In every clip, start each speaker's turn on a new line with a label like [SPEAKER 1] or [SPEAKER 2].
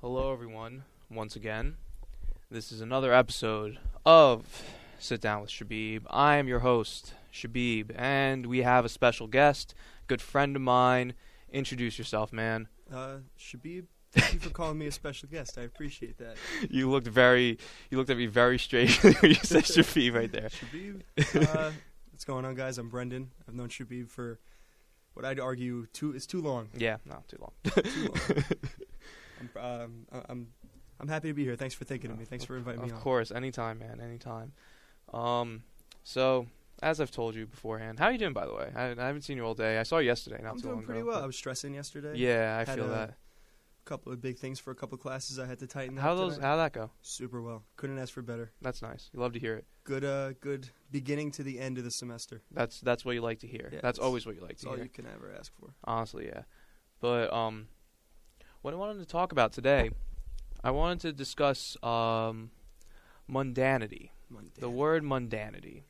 [SPEAKER 1] Hello, everyone, once again. This is another episode of Sit Down with Shabib. I am your host, Shabib, and we have a special guest, good friend of mine. Introduce yourself, man.
[SPEAKER 2] Uh, Shabib, thank you for calling me a special guest. I appreciate that.
[SPEAKER 1] You looked very, you looked at me very strangely when you said Shabib right there.
[SPEAKER 2] Shabib, uh, what's going on, guys? I'm Brendan. I've known Shabib for what I'd argue too is too long.
[SPEAKER 1] Yeah, not too long.
[SPEAKER 2] Too long. I'm, um, I- I'm I'm happy to be here. Thanks for thinking of me. Thanks for inviting me
[SPEAKER 1] Of
[SPEAKER 2] on.
[SPEAKER 1] course, anytime, man, anytime. Um, so as I've told you beforehand, how you doing, by the way? I, I haven't seen you all day. I saw you yesterday. Not
[SPEAKER 2] I'm
[SPEAKER 1] too
[SPEAKER 2] doing
[SPEAKER 1] long
[SPEAKER 2] pretty
[SPEAKER 1] ago,
[SPEAKER 2] well.
[SPEAKER 1] but-
[SPEAKER 2] I was stressing yesterday.
[SPEAKER 1] Yeah, I
[SPEAKER 2] Had
[SPEAKER 1] feel
[SPEAKER 2] a-
[SPEAKER 1] that.
[SPEAKER 2] A couple of big things for a couple of classes I had to tighten
[SPEAKER 1] How
[SPEAKER 2] up.
[SPEAKER 1] those?
[SPEAKER 2] tonight.
[SPEAKER 1] How that go?
[SPEAKER 2] Super well. Couldn't ask for better.
[SPEAKER 1] That's nice. You love to hear it.
[SPEAKER 2] Good. Uh, good beginning to the end of the semester.
[SPEAKER 1] That's that's what you like to hear.
[SPEAKER 2] Yeah,
[SPEAKER 1] that's
[SPEAKER 2] it's-
[SPEAKER 1] always what you like
[SPEAKER 2] That's
[SPEAKER 1] to
[SPEAKER 2] all
[SPEAKER 1] hear.
[SPEAKER 2] you can ever ask for.
[SPEAKER 1] Honestly, yeah. But um, what I wanted to talk about today, I wanted to discuss um, mundanity. The
[SPEAKER 2] Mundane.
[SPEAKER 1] word mundanity.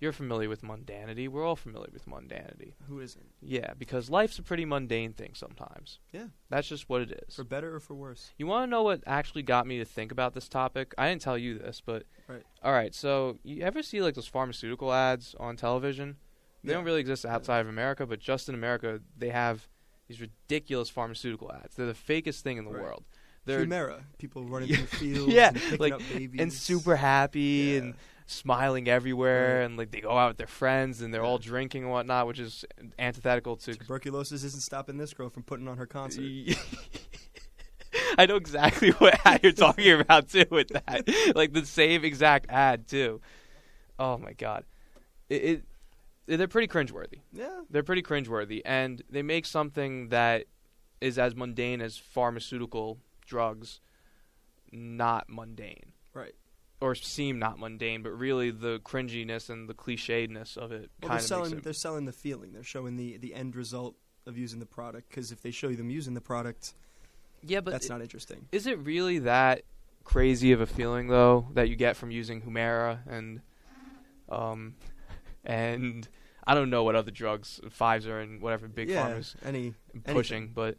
[SPEAKER 1] You're familiar with mundanity. We're all familiar with mundanity.
[SPEAKER 2] Who isn't?
[SPEAKER 1] Yeah, because life's a pretty mundane thing sometimes.
[SPEAKER 2] Yeah.
[SPEAKER 1] That's just what it is.
[SPEAKER 2] For better or for worse?
[SPEAKER 1] You want to know what actually got me to think about this topic? I didn't tell you this, but
[SPEAKER 2] Right.
[SPEAKER 1] all right. So you ever see like those pharmaceutical ads on television? They don't
[SPEAKER 2] Yeah.
[SPEAKER 1] really exist outside of America, but just in America, they have these ridiculous pharmaceutical ads. They're the fakest thing in the
[SPEAKER 2] Right.
[SPEAKER 1] world. They're
[SPEAKER 2] Chimera. People running
[SPEAKER 1] Yeah,
[SPEAKER 2] through fields,
[SPEAKER 1] yeah,
[SPEAKER 2] and picking
[SPEAKER 1] like,
[SPEAKER 2] up babies,
[SPEAKER 1] and super happy
[SPEAKER 2] Yeah.
[SPEAKER 1] and smiling everywhere,
[SPEAKER 2] Right.
[SPEAKER 1] and like they go out with their friends and they're all
[SPEAKER 2] Yeah.
[SPEAKER 1] drinking and whatnot, which is antithetical to.
[SPEAKER 2] Tuberculosis isn't stopping this girl from putting on her concert.
[SPEAKER 1] I know exactly what ad you're talking about too with that, like the same exact ad too. Oh my god, it, it they're pretty cringeworthy.
[SPEAKER 2] Yeah,
[SPEAKER 1] They're pretty cringeworthy, and they make something that is as mundane as pharmaceutical drugs not mundane,
[SPEAKER 2] right.
[SPEAKER 1] or seem not mundane, but really the cringiness and the clichédness of it
[SPEAKER 2] Well,
[SPEAKER 1] kind
[SPEAKER 2] they're
[SPEAKER 1] of
[SPEAKER 2] selling.
[SPEAKER 1] makes it.
[SPEAKER 2] They're selling the feeling. They're showing the the end result of using the product. Because if they show you them using the product,
[SPEAKER 1] Yeah, but
[SPEAKER 2] that's
[SPEAKER 1] it-
[SPEAKER 2] not interesting.
[SPEAKER 1] is it really that crazy of a feeling though that you get from using Humira and um and I don't know what other drugs Pfizer and whatever big
[SPEAKER 2] yeah,
[SPEAKER 1] pharma's
[SPEAKER 2] any
[SPEAKER 1] pushing, but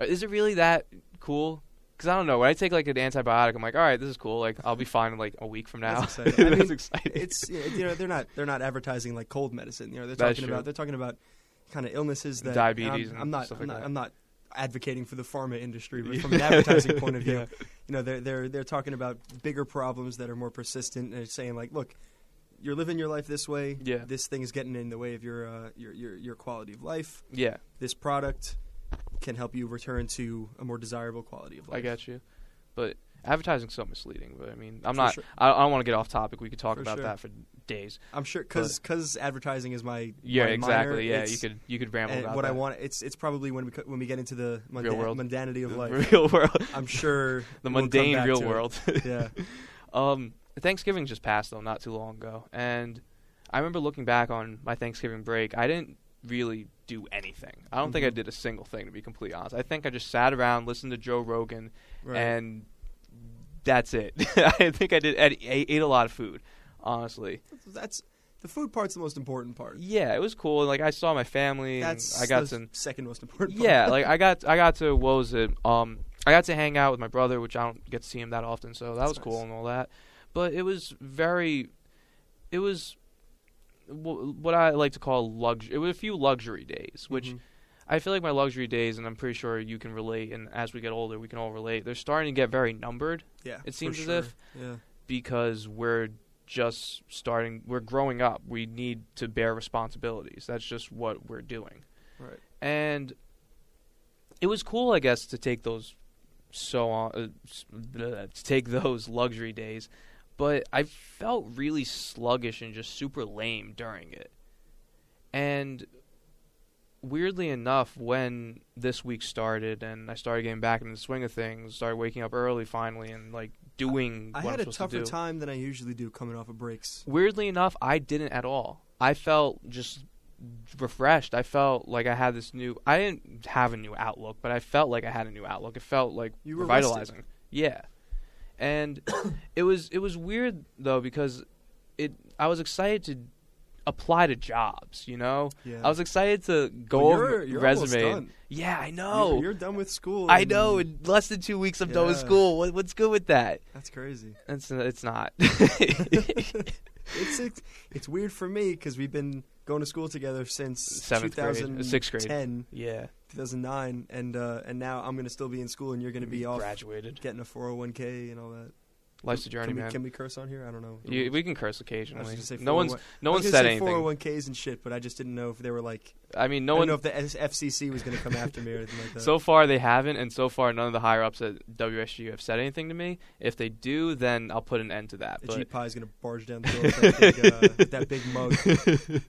[SPEAKER 1] uh, is it really that cool? Because I don't know. When I take like an antibiotic, I'm like, all right, this is cool. Like I'll be fine in like a week from now.
[SPEAKER 2] That's exciting. I
[SPEAKER 1] That's
[SPEAKER 2] mean,
[SPEAKER 1] exciting.
[SPEAKER 2] it's you know they're not they're not advertising like cold medicine. You know they're
[SPEAKER 1] That's
[SPEAKER 2] talking
[SPEAKER 1] true.
[SPEAKER 2] about they're talking about kind of illnesses that
[SPEAKER 1] Diabetes
[SPEAKER 2] I'm,
[SPEAKER 1] and
[SPEAKER 2] I'm not.
[SPEAKER 1] stuff like
[SPEAKER 2] I'm, not
[SPEAKER 1] that.
[SPEAKER 2] I'm not advocating for the pharma industry, but
[SPEAKER 1] Yeah.
[SPEAKER 2] from an advertising point of view,
[SPEAKER 1] Yeah.
[SPEAKER 2] you know they're they're they're talking about bigger problems that are more persistent. And they're saying like, look, you're living your life this way.
[SPEAKER 1] Yeah.
[SPEAKER 2] This thing is getting in the way of your uh, your, your your quality of life.
[SPEAKER 1] yeah,
[SPEAKER 2] This product can help you return to a more desirable quality of life.
[SPEAKER 1] I got you. But advertising's so misleading. But I mean, I'm
[SPEAKER 2] For
[SPEAKER 1] not.
[SPEAKER 2] sure.
[SPEAKER 1] I, I don't want to get off topic. We could talk
[SPEAKER 2] For
[SPEAKER 1] about
[SPEAKER 2] sure.
[SPEAKER 1] that for days.
[SPEAKER 2] I'm sure because advertising is my
[SPEAKER 1] Yeah,
[SPEAKER 2] my
[SPEAKER 1] exactly.
[SPEAKER 2] minor,
[SPEAKER 1] yeah,
[SPEAKER 2] it's-
[SPEAKER 1] you could you could ramble
[SPEAKER 2] and
[SPEAKER 1] about
[SPEAKER 2] what I
[SPEAKER 1] that.
[SPEAKER 2] want. It's it's probably when we co- when we get into the munda-
[SPEAKER 1] Real world.
[SPEAKER 2] mundanity of
[SPEAKER 1] The
[SPEAKER 2] life.
[SPEAKER 1] real world,
[SPEAKER 2] I'm sure
[SPEAKER 1] the
[SPEAKER 2] we'll come
[SPEAKER 1] mundane
[SPEAKER 2] back
[SPEAKER 1] real
[SPEAKER 2] to it.
[SPEAKER 1] world.
[SPEAKER 2] Yeah,
[SPEAKER 1] um, Thanksgiving just passed though, not too long ago, and I remember looking back on my Thanksgiving break. I didn't really do anything. I don't think I
[SPEAKER 2] Mhm.
[SPEAKER 1] did a single thing to be completely honest. I think I just sat around, listened to Joe Rogan,
[SPEAKER 2] right.
[SPEAKER 1] and that's it. I think I did I ate, ate a lot of food, honestly.
[SPEAKER 2] that's the food part's the most important part.
[SPEAKER 1] Yeah, it was cool. and, Like I saw my family. and
[SPEAKER 2] That's
[SPEAKER 1] I got
[SPEAKER 2] the
[SPEAKER 1] some
[SPEAKER 2] second most important. part.
[SPEAKER 1] yeah, like I got I got to what was it? Um, I got to hang out with my brother, which I don't get to see him that often, so that
[SPEAKER 2] That's
[SPEAKER 1] was cool
[SPEAKER 2] nice.
[SPEAKER 1] and all that. But it was very, it was w- what I like to call luxury. It was a few luxury days, which
[SPEAKER 2] Mhm.
[SPEAKER 1] I feel like my luxury days, and I'm pretty sure you can relate. And as we get older, we can all relate. They're starting to get very numbered
[SPEAKER 2] yeah,
[SPEAKER 1] it seems
[SPEAKER 2] for
[SPEAKER 1] as
[SPEAKER 2] sure.
[SPEAKER 1] if-
[SPEAKER 2] yeah,
[SPEAKER 1] because we're just starting. We're growing up. We need to bear responsibilities. That's just what we're doing
[SPEAKER 2] right.
[SPEAKER 1] and it was cool, I guess, to take those so on uh, s- bleh, to take those luxury days, but I felt really sluggish and just super lame during it. And weirdly enough, when this week started and I started getting back into the swing of things, started waking up early finally and like doing
[SPEAKER 2] I
[SPEAKER 1] what
[SPEAKER 2] had
[SPEAKER 1] I'm
[SPEAKER 2] a
[SPEAKER 1] supposed to
[SPEAKER 2] tougher
[SPEAKER 1] do.
[SPEAKER 2] time than I usually do coming off of breaks.
[SPEAKER 1] Weirdly enough, I didn't at all. I felt just refreshed. I felt like I had this new. I didn't have a new outlook, but I felt like I had a new outlook. It felt like
[SPEAKER 2] You were
[SPEAKER 1] revitalizing. Yeah, and it was it was weird though because it. I was excited to. apply to jobs. You know,
[SPEAKER 2] Yeah.
[SPEAKER 1] I was excited to go
[SPEAKER 2] Well,
[SPEAKER 1] over
[SPEAKER 2] you're- you're almost
[SPEAKER 1] resume.
[SPEAKER 2] done.
[SPEAKER 1] Yeah, I know.
[SPEAKER 2] Oh, you're done with school.
[SPEAKER 1] I
[SPEAKER 2] and-
[SPEAKER 1] know. In less than two weeks, I'm done with
[SPEAKER 2] Yeah.
[SPEAKER 1] school. What, what's good with that?
[SPEAKER 2] That's crazy.
[SPEAKER 1] It's it's not.
[SPEAKER 2] It's it's, it's weird for me because we've been going to school together since
[SPEAKER 1] Seventh grade, uh,
[SPEAKER 2] 2010,
[SPEAKER 1] sixth grade. yeah,
[SPEAKER 2] 2009, and uh, and now I'm gonna still be in school, and you're gonna be off
[SPEAKER 1] graduated.
[SPEAKER 2] getting a 401k and all that.
[SPEAKER 1] Life's a journey,
[SPEAKER 2] Can we,
[SPEAKER 1] man.
[SPEAKER 2] can we curse on here? I don't know.
[SPEAKER 1] You- we can curse
[SPEAKER 2] I was
[SPEAKER 1] occasionally.
[SPEAKER 2] gonna say
[SPEAKER 1] No one's
[SPEAKER 2] 401
[SPEAKER 1] no
[SPEAKER 2] I
[SPEAKER 1] one
[SPEAKER 2] was
[SPEAKER 1] said
[SPEAKER 2] gonna say
[SPEAKER 1] anything.
[SPEAKER 2] 401ks and shit, but I just didn't know if they were like.
[SPEAKER 1] I mean,
[SPEAKER 2] No
[SPEAKER 1] no
[SPEAKER 2] I didn't
[SPEAKER 1] one.
[SPEAKER 2] know if the F- FCC was going to come after me or anything like that.
[SPEAKER 1] So far, they haven't, and so far, none of the higher ups at WSU have said anything to me. If they do, then I'll put an end to that.
[SPEAKER 2] the G
[SPEAKER 1] But
[SPEAKER 2] pie is going to barge down the door with that big, uh, with that big mug.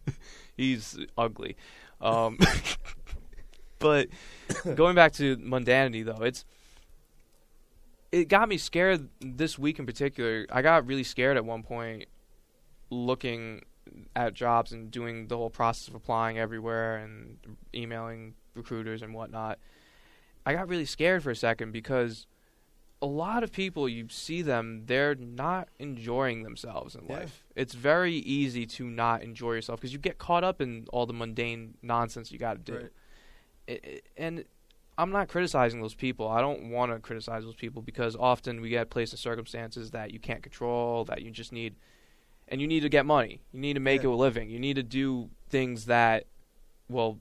[SPEAKER 1] he's ugly. Um, but going back to mundanity, though, it's it got me scared this week in particular. I got really scared at one point looking at jobs and doing the whole process of applying everywhere and emailing recruiters and whatnot. I got really scared for a second because a lot of people you see them they're not enjoying themselves in
[SPEAKER 2] Yeah.
[SPEAKER 1] life. It's very easy to not enjoy yourself because you get caught up in all the mundane nonsense you got to do.
[SPEAKER 2] Right.
[SPEAKER 1] It- it- and I'm not criticizing those people. I don't want to criticize those people because often we get placed in circumstances that you can't control, that you just need, and you need to get money. You need to make
[SPEAKER 2] Yeah.
[SPEAKER 1] a living. You need to do things that will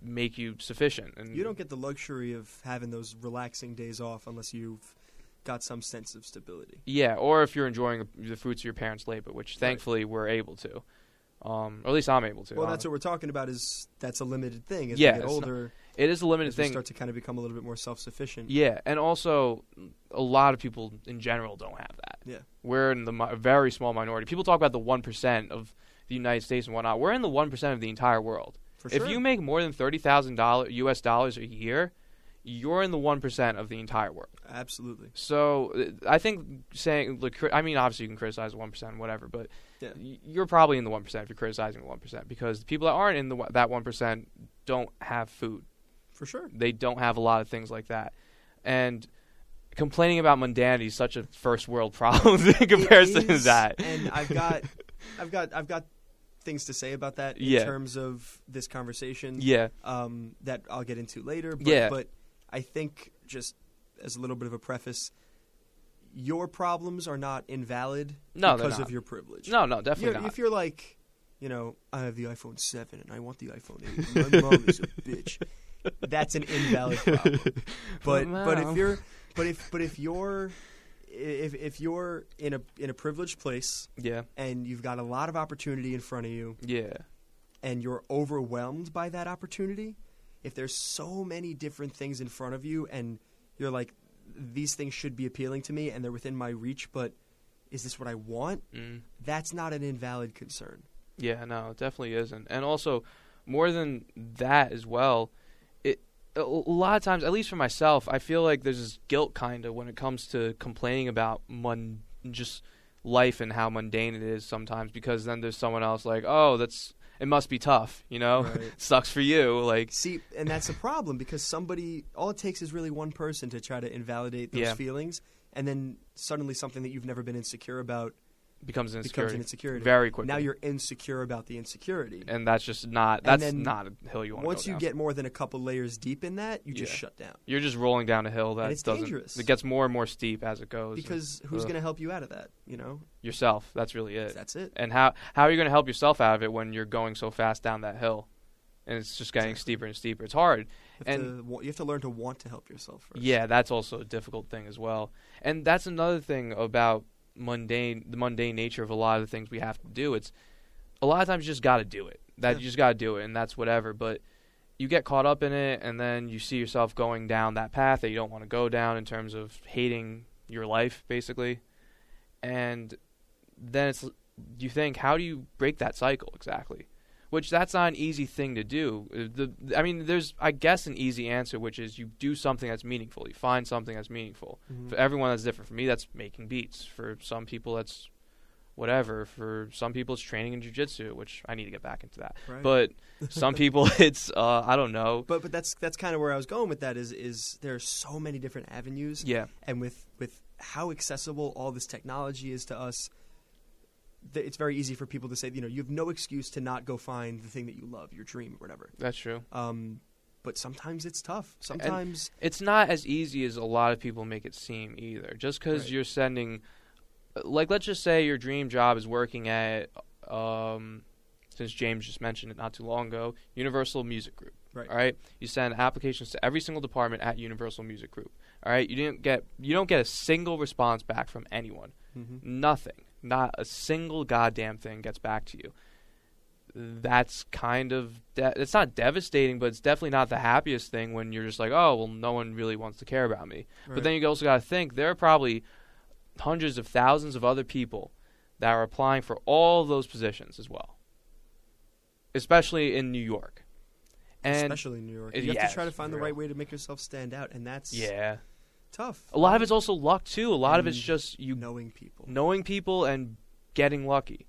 [SPEAKER 1] make you sufficient. And
[SPEAKER 2] You don't get the luxury of having those relaxing days off unless you've got some sense of stability.
[SPEAKER 1] Yeah, or if you're enjoying the fruits of your parents' labor, which thankfully we're able to, um, or at least I'm able to.
[SPEAKER 2] well,
[SPEAKER 1] I
[SPEAKER 2] that's
[SPEAKER 1] don't-
[SPEAKER 2] what we're talking about. Is that's a limited thing as
[SPEAKER 1] Yeah,
[SPEAKER 2] we get
[SPEAKER 1] it's not-
[SPEAKER 2] older,
[SPEAKER 1] it is a limited
[SPEAKER 2] as we
[SPEAKER 1] thing.
[SPEAKER 2] start to kind of become a little bit more self-sufficient.
[SPEAKER 1] Yeah, and also a lot of people in general don't have that.
[SPEAKER 2] Yeah.
[SPEAKER 1] we're in the mi- very small minority. People talk about the one percent of the United States and whatnot. We're in the one percent of the entire world.
[SPEAKER 2] For
[SPEAKER 1] if
[SPEAKER 2] sure.
[SPEAKER 1] you make more than thirty thousand dollars U.S. dollars a year, you're in the one percent of the entire world.
[SPEAKER 2] Absolutely.
[SPEAKER 1] So uh, I think saying look, cri- I mean, obviously you can criticize the one percent, whatever, but
[SPEAKER 2] Yeah.
[SPEAKER 1] y- you're probably in the one percent if you're criticizing the one percent because the people that aren't in the, one- that one percent don't have food.
[SPEAKER 2] For sure.
[SPEAKER 1] They don't have a lot of things like that, and complaining about mundanity is such a first world problem in comparison
[SPEAKER 2] It
[SPEAKER 1] to
[SPEAKER 2] is,
[SPEAKER 1] that.
[SPEAKER 2] And I've got, I've got, I've got things to say about that in
[SPEAKER 1] Yeah.
[SPEAKER 2] terms of this conversation.
[SPEAKER 1] Yeah,
[SPEAKER 2] um, that I'll get into later. But,
[SPEAKER 1] Yeah.
[SPEAKER 2] but I think just as a little bit of a preface, your problems are not invalid
[SPEAKER 1] No, they're
[SPEAKER 2] because
[SPEAKER 1] not.
[SPEAKER 2] of your privilege.
[SPEAKER 1] no, no, definitely
[SPEAKER 2] You're-
[SPEAKER 1] not.
[SPEAKER 2] If you're like, you know, I have the iPhone seven and I want the iPhone eight. My mom is a bitch. That's an invalid problem. But
[SPEAKER 1] But
[SPEAKER 2] but
[SPEAKER 1] mom.
[SPEAKER 2] if you're but if but if you're if if you're in a in a privileged place
[SPEAKER 1] yeah,
[SPEAKER 2] and you've got a lot of opportunity in front of you
[SPEAKER 1] yeah,
[SPEAKER 2] and you're overwhelmed by that opportunity, if there's so many different things in front of you and you're like, these things should be appealing to me and they're within my reach, but is this what I want?
[SPEAKER 1] mm,
[SPEAKER 2] That's not an invalid concern.
[SPEAKER 1] yeah. No, it definitely isn't. And also, more than that as well, it a a lot of times, at least for myself, I feel like there's this guilt kind of when it comes to complaining about mun just life and how mundane it is sometimes because then there's someone else like, "Oh, that's it must be tough, you know?
[SPEAKER 2] Right.
[SPEAKER 1] Sucks for you." Like,
[SPEAKER 2] See, and that's a problem because somebody, all it takes is really one person to try to invalidate those
[SPEAKER 1] Yeah.
[SPEAKER 2] feelings, and then suddenly something that you've never been insecure about
[SPEAKER 1] becomes an
[SPEAKER 2] becomes
[SPEAKER 1] insecurity
[SPEAKER 2] an insecurity.
[SPEAKER 1] very quickly.
[SPEAKER 2] Now you're insecure about the insecurity.
[SPEAKER 1] and that's just not
[SPEAKER 2] And
[SPEAKER 1] that's
[SPEAKER 2] then
[SPEAKER 1] not a hill you want
[SPEAKER 2] Once
[SPEAKER 1] to go
[SPEAKER 2] you
[SPEAKER 1] down.
[SPEAKER 2] get more than a couple layers deep in that, you just
[SPEAKER 1] Yeah.
[SPEAKER 2] shut down.
[SPEAKER 1] You're just rolling down a hill that
[SPEAKER 2] And it's
[SPEAKER 1] doesn't
[SPEAKER 2] dangerous.
[SPEAKER 1] it gets more and more steep as it goes. and
[SPEAKER 2] because who's
[SPEAKER 1] Ugh. Uh,
[SPEAKER 2] going to help you out of that? You know,
[SPEAKER 1] yourself, that's really it.
[SPEAKER 2] that's it.
[SPEAKER 1] and how how are you going to help yourself out of it when you're going so fast down that hill and it's just getting
[SPEAKER 2] Exactly.
[SPEAKER 1] steeper and steeper it's hard
[SPEAKER 2] You have,
[SPEAKER 1] and-
[SPEAKER 2] to, wa- you have to learn to want to help yourself first.
[SPEAKER 1] yeah that's also a difficult thing as well and that's another thing about mundane the mundane nature of a lot of the things we have to do it's a lot of times you just got to do it that
[SPEAKER 2] Yeah.
[SPEAKER 1] you just got to do it and that's whatever but you get caught up in it and then you see yourself going down that path that you don't want to go down in terms of hating your life basically and then it's you think how do you break that cycle exactly which that's not an easy thing to do Uh, the i mean there's i guess an easy answer which is you do something that's meaningful you find something that's meaningful
[SPEAKER 2] Mhm.
[SPEAKER 1] for everyone that's different for me that's making beats for some people that's whatever for some people it's training in jiu-jitsu which i need to get back into that
[SPEAKER 2] Right.
[SPEAKER 1] but some people it's uh i don't know
[SPEAKER 2] but but that's that's kind of where I was going with that. Is is there are so many different avenues,
[SPEAKER 1] yeah
[SPEAKER 2] and with with how accessible all this technology is to us, th- it's very easy for people to say, you know, you have no excuse to not go find the thing that you love, your dream, or whatever.
[SPEAKER 1] That's true.
[SPEAKER 2] Um, but sometimes it's tough. Sometimes
[SPEAKER 1] It's not as easy as a lot of people make it seem either. Just because
[SPEAKER 2] Right.
[SPEAKER 1] you're sending, like, let's just say your dream job is working at, um, since James just mentioned it not too long ago, Universal Music Group.
[SPEAKER 2] Right.
[SPEAKER 1] All right. You send applications to every single department at Universal Music Group. All right. You didn't get you don't get a single response back from anyone.
[SPEAKER 2] Mhm.
[SPEAKER 1] Nothing. Not a single goddamn thing gets back to you. That's kind of de- it's not devastating, but it's definitely not the happiest thing when you're just like, oh well, no one really wants to care about me. But
[SPEAKER 2] Right.
[SPEAKER 1] then you also got to think there are probably hundreds of thousands of other people that are applying for all those positions as well, especially in New York. And
[SPEAKER 2] especially in New York,
[SPEAKER 1] it-
[SPEAKER 2] you have
[SPEAKER 1] yeah,
[SPEAKER 2] to try to
[SPEAKER 1] it's
[SPEAKER 2] find the
[SPEAKER 1] real.
[SPEAKER 2] right way to make yourself stand out, and that's
[SPEAKER 1] yeah,
[SPEAKER 2] tough.
[SPEAKER 1] a lot of it's also luck too. A lot of it's
[SPEAKER 2] And
[SPEAKER 1] just you
[SPEAKER 2] knowing people
[SPEAKER 1] knowing people and getting lucky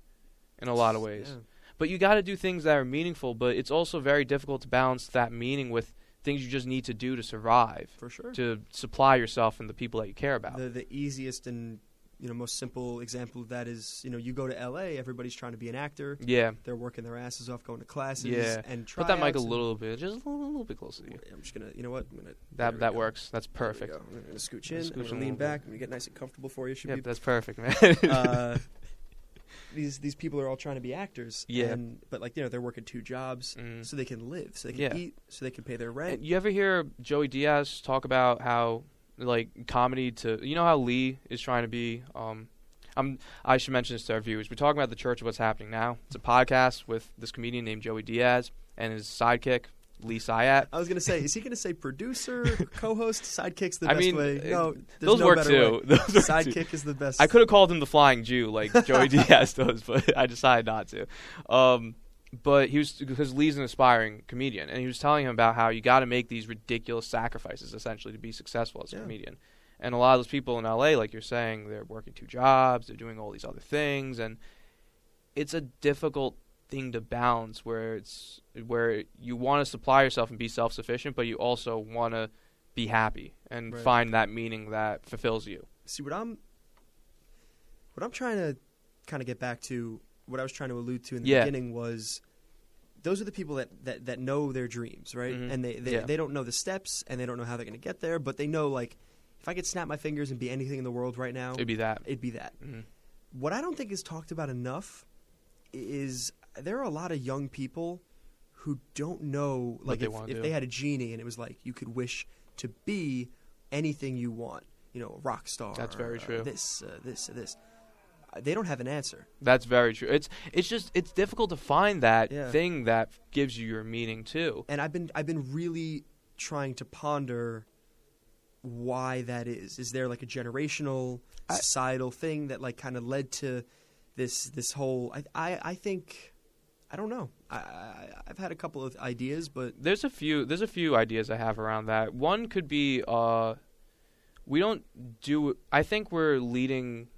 [SPEAKER 1] in a lot of ways.
[SPEAKER 2] Yeah.
[SPEAKER 1] But you got to do things that are meaningful, but it's also very difficult to balance that meaning with things you just need to do to survive,
[SPEAKER 2] for sure.
[SPEAKER 1] to supply yourself and the people that you care about.
[SPEAKER 2] The the easiest and you know most simple example of that is you know you go to L.A. Everybody's trying to be an actor.
[SPEAKER 1] yeah.
[SPEAKER 2] They're working their asses off, going to classes.
[SPEAKER 1] Yeah.
[SPEAKER 2] and
[SPEAKER 1] Put that mic
[SPEAKER 2] tryouts
[SPEAKER 1] a
[SPEAKER 2] and-
[SPEAKER 1] little bit, just a little, little bit closer to you.
[SPEAKER 2] I'm just gonna, you know what? I'm gonna there we
[SPEAKER 1] That that
[SPEAKER 2] go.
[SPEAKER 1] works. That's
[SPEAKER 2] There we
[SPEAKER 1] perfect.
[SPEAKER 2] go. I'm gonna scooch
[SPEAKER 1] Gonna
[SPEAKER 2] in.
[SPEAKER 1] scooch
[SPEAKER 2] I'm
[SPEAKER 1] in a
[SPEAKER 2] gonna lean
[SPEAKER 1] little
[SPEAKER 2] back.
[SPEAKER 1] bit.
[SPEAKER 2] I'm gonna get nice and comfortable for you. Should
[SPEAKER 1] Yep,
[SPEAKER 2] be
[SPEAKER 1] that's perfect, man.
[SPEAKER 2] uh, these these people are all trying to be actors.
[SPEAKER 1] Yeah.
[SPEAKER 2] And, but like you know, they're working two jobs
[SPEAKER 1] Mm.
[SPEAKER 2] so they can live, so they can
[SPEAKER 1] Yeah.
[SPEAKER 2] eat, so they can pay their
[SPEAKER 1] And
[SPEAKER 2] rent.
[SPEAKER 1] you ever hear Joey Diaz talk about how like comedy to you know how Lee is trying to be um I'm I should mention this to our viewers. We're talking about the church of what's happening now. It's a podcast with this comedian named Joey Diaz and his sidekick Lee Syatt.
[SPEAKER 2] I was gonna say, is he gonna say producer, co-host, sidekicks the
[SPEAKER 1] I
[SPEAKER 2] best
[SPEAKER 1] mean,
[SPEAKER 2] way?
[SPEAKER 1] uh,
[SPEAKER 2] No, there's
[SPEAKER 1] Those
[SPEAKER 2] no
[SPEAKER 1] work
[SPEAKER 2] better
[SPEAKER 1] too.
[SPEAKER 2] way.
[SPEAKER 1] Those work too.
[SPEAKER 2] Sidekick is the best.
[SPEAKER 1] I could have called him the Flying Jew like Joey Diaz does, but I decided not to. Um, but he was because Lee's an aspiring comedian, and he was telling him about how you got to make these ridiculous sacrifices essentially to be successful as a
[SPEAKER 2] Yeah.
[SPEAKER 1] comedian. And a lot of those people in LA, like you're saying, they're working two jobs, they're doing all these other things, and it's a difficult thing to balance where it's where you want to supply yourself and be self sufficient, but you also want to be happy and
[SPEAKER 2] Right.
[SPEAKER 1] find that meaning that fulfills you.
[SPEAKER 2] see what I'm what I'm trying to kind of get back to what I was trying to allude to in the
[SPEAKER 1] Yeah.
[SPEAKER 2] beginning was those are the people that, that, that know their dreams, right?
[SPEAKER 1] Mhm.
[SPEAKER 2] And they, they,
[SPEAKER 1] Yeah.
[SPEAKER 2] they don't know the steps and they don't know how they're going to get there, but they know, like, if I could snap my fingers and be anything in the world right now,
[SPEAKER 1] It'd be that.
[SPEAKER 2] it'd be that.
[SPEAKER 1] Mhm.
[SPEAKER 2] What I don't think is talked about enough is there are a lot of young people who don't know, like,
[SPEAKER 1] they
[SPEAKER 2] if,
[SPEAKER 1] wanna
[SPEAKER 2] if
[SPEAKER 1] do.
[SPEAKER 2] they had a genie and it was like you could wish to be anything you want, you know, a rock star.
[SPEAKER 1] That's very
[SPEAKER 2] uh,
[SPEAKER 1] true.
[SPEAKER 2] This, uh, this, uh, this. Uh, They don't have an answer.
[SPEAKER 1] That's very true. It's it's just it's difficult to find that
[SPEAKER 2] Yeah.
[SPEAKER 1] thing that gives you your meaning too.
[SPEAKER 2] and I've been I've been really trying to ponder why that is. Is there like a generational
[SPEAKER 1] I-
[SPEAKER 2] societal thing that like kind of led to this this whole? I I, I think I don't know. I, I I've had a couple of ideas, but
[SPEAKER 1] There's a few there's a few ideas I have around that. One could be uh we don't do I think we're leading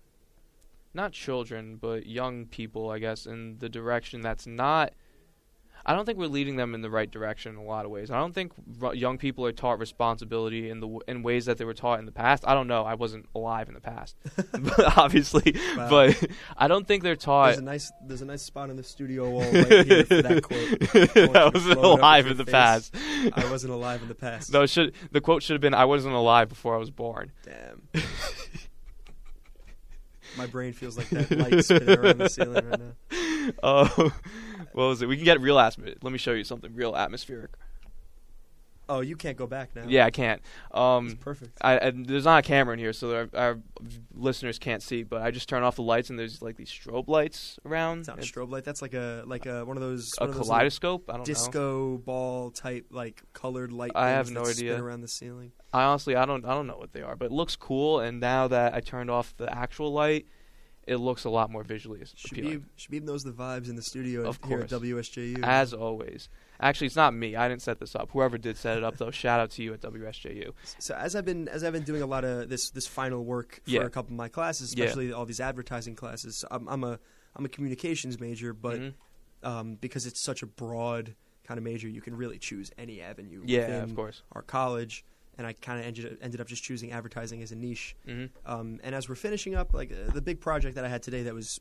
[SPEAKER 1] not children but young people I guess in the direction that's not I don't think we're leading them in the right direction in a lot of ways. I don't think r- young people are taught responsibility in the w- in ways that they were taught in the past. I don't know. I wasn't alive in the past, obviously.
[SPEAKER 2] Wow.
[SPEAKER 1] But I don't think they're taught
[SPEAKER 2] there's a nice there's a nice spot in the studio wall right here for that quote. I want
[SPEAKER 1] that
[SPEAKER 2] you to
[SPEAKER 1] wasn't
[SPEAKER 2] blow it up
[SPEAKER 1] alive
[SPEAKER 2] with
[SPEAKER 1] in the
[SPEAKER 2] your face.
[SPEAKER 1] past.
[SPEAKER 2] I wasn't alive in the past.
[SPEAKER 1] No, it should the quote should have been I wasn't alive before I was born.
[SPEAKER 2] Damn. My brain feels like that light spinning around the ceiling right now.
[SPEAKER 1] Uh, what was it? We can get real atmospheric. Let me show you something real atmospheric.
[SPEAKER 2] Oh, you can't go back now.
[SPEAKER 1] Yeah, I can't.
[SPEAKER 2] It's
[SPEAKER 1] Um,
[SPEAKER 2] perfect.
[SPEAKER 1] I, I, there's not a camera in here, so our, our listeners can't see. But I just turn off the lights, and there's like these strobe lights around.
[SPEAKER 2] It's not a
[SPEAKER 1] It's
[SPEAKER 2] strobe light. That's like a like a one of those
[SPEAKER 1] a
[SPEAKER 2] one of those little
[SPEAKER 1] kaleidoscope. I don't know.
[SPEAKER 2] disco ball type like colored light.
[SPEAKER 1] I
[SPEAKER 2] things
[SPEAKER 1] have no
[SPEAKER 2] that
[SPEAKER 1] idea.
[SPEAKER 2] Spin around the ceiling.
[SPEAKER 1] I honestly, I don't, I don't know what they are, but it looks cool. And now that I turned off the actual light, it looks a lot more visually appealing.
[SPEAKER 2] Shabib, Shabib knows the vibes in the studio
[SPEAKER 1] Of
[SPEAKER 2] here at
[SPEAKER 1] course.
[SPEAKER 2] WSJU.
[SPEAKER 1] as always. Actually, it's not me. I didn't set this up. Whoever did set it up, though, shout out to you at WSJU.
[SPEAKER 2] so as I've been as I've been doing a lot of this this final work for
[SPEAKER 1] Yeah.
[SPEAKER 2] a couple of my classes,
[SPEAKER 1] Yeah.
[SPEAKER 2] especially all these advertising classes. So I'm, I'm a I'm a communications major, but
[SPEAKER 1] Mhm.
[SPEAKER 2] um, because it's such a broad kind of major, you can really choose any avenue.
[SPEAKER 1] yeah,
[SPEAKER 2] within
[SPEAKER 1] of course.
[SPEAKER 2] Our college, and I kind of ended ended up just choosing advertising as a niche.
[SPEAKER 1] hmm
[SPEAKER 2] Um, and as we're finishing up, like uh, the big project that I had today that was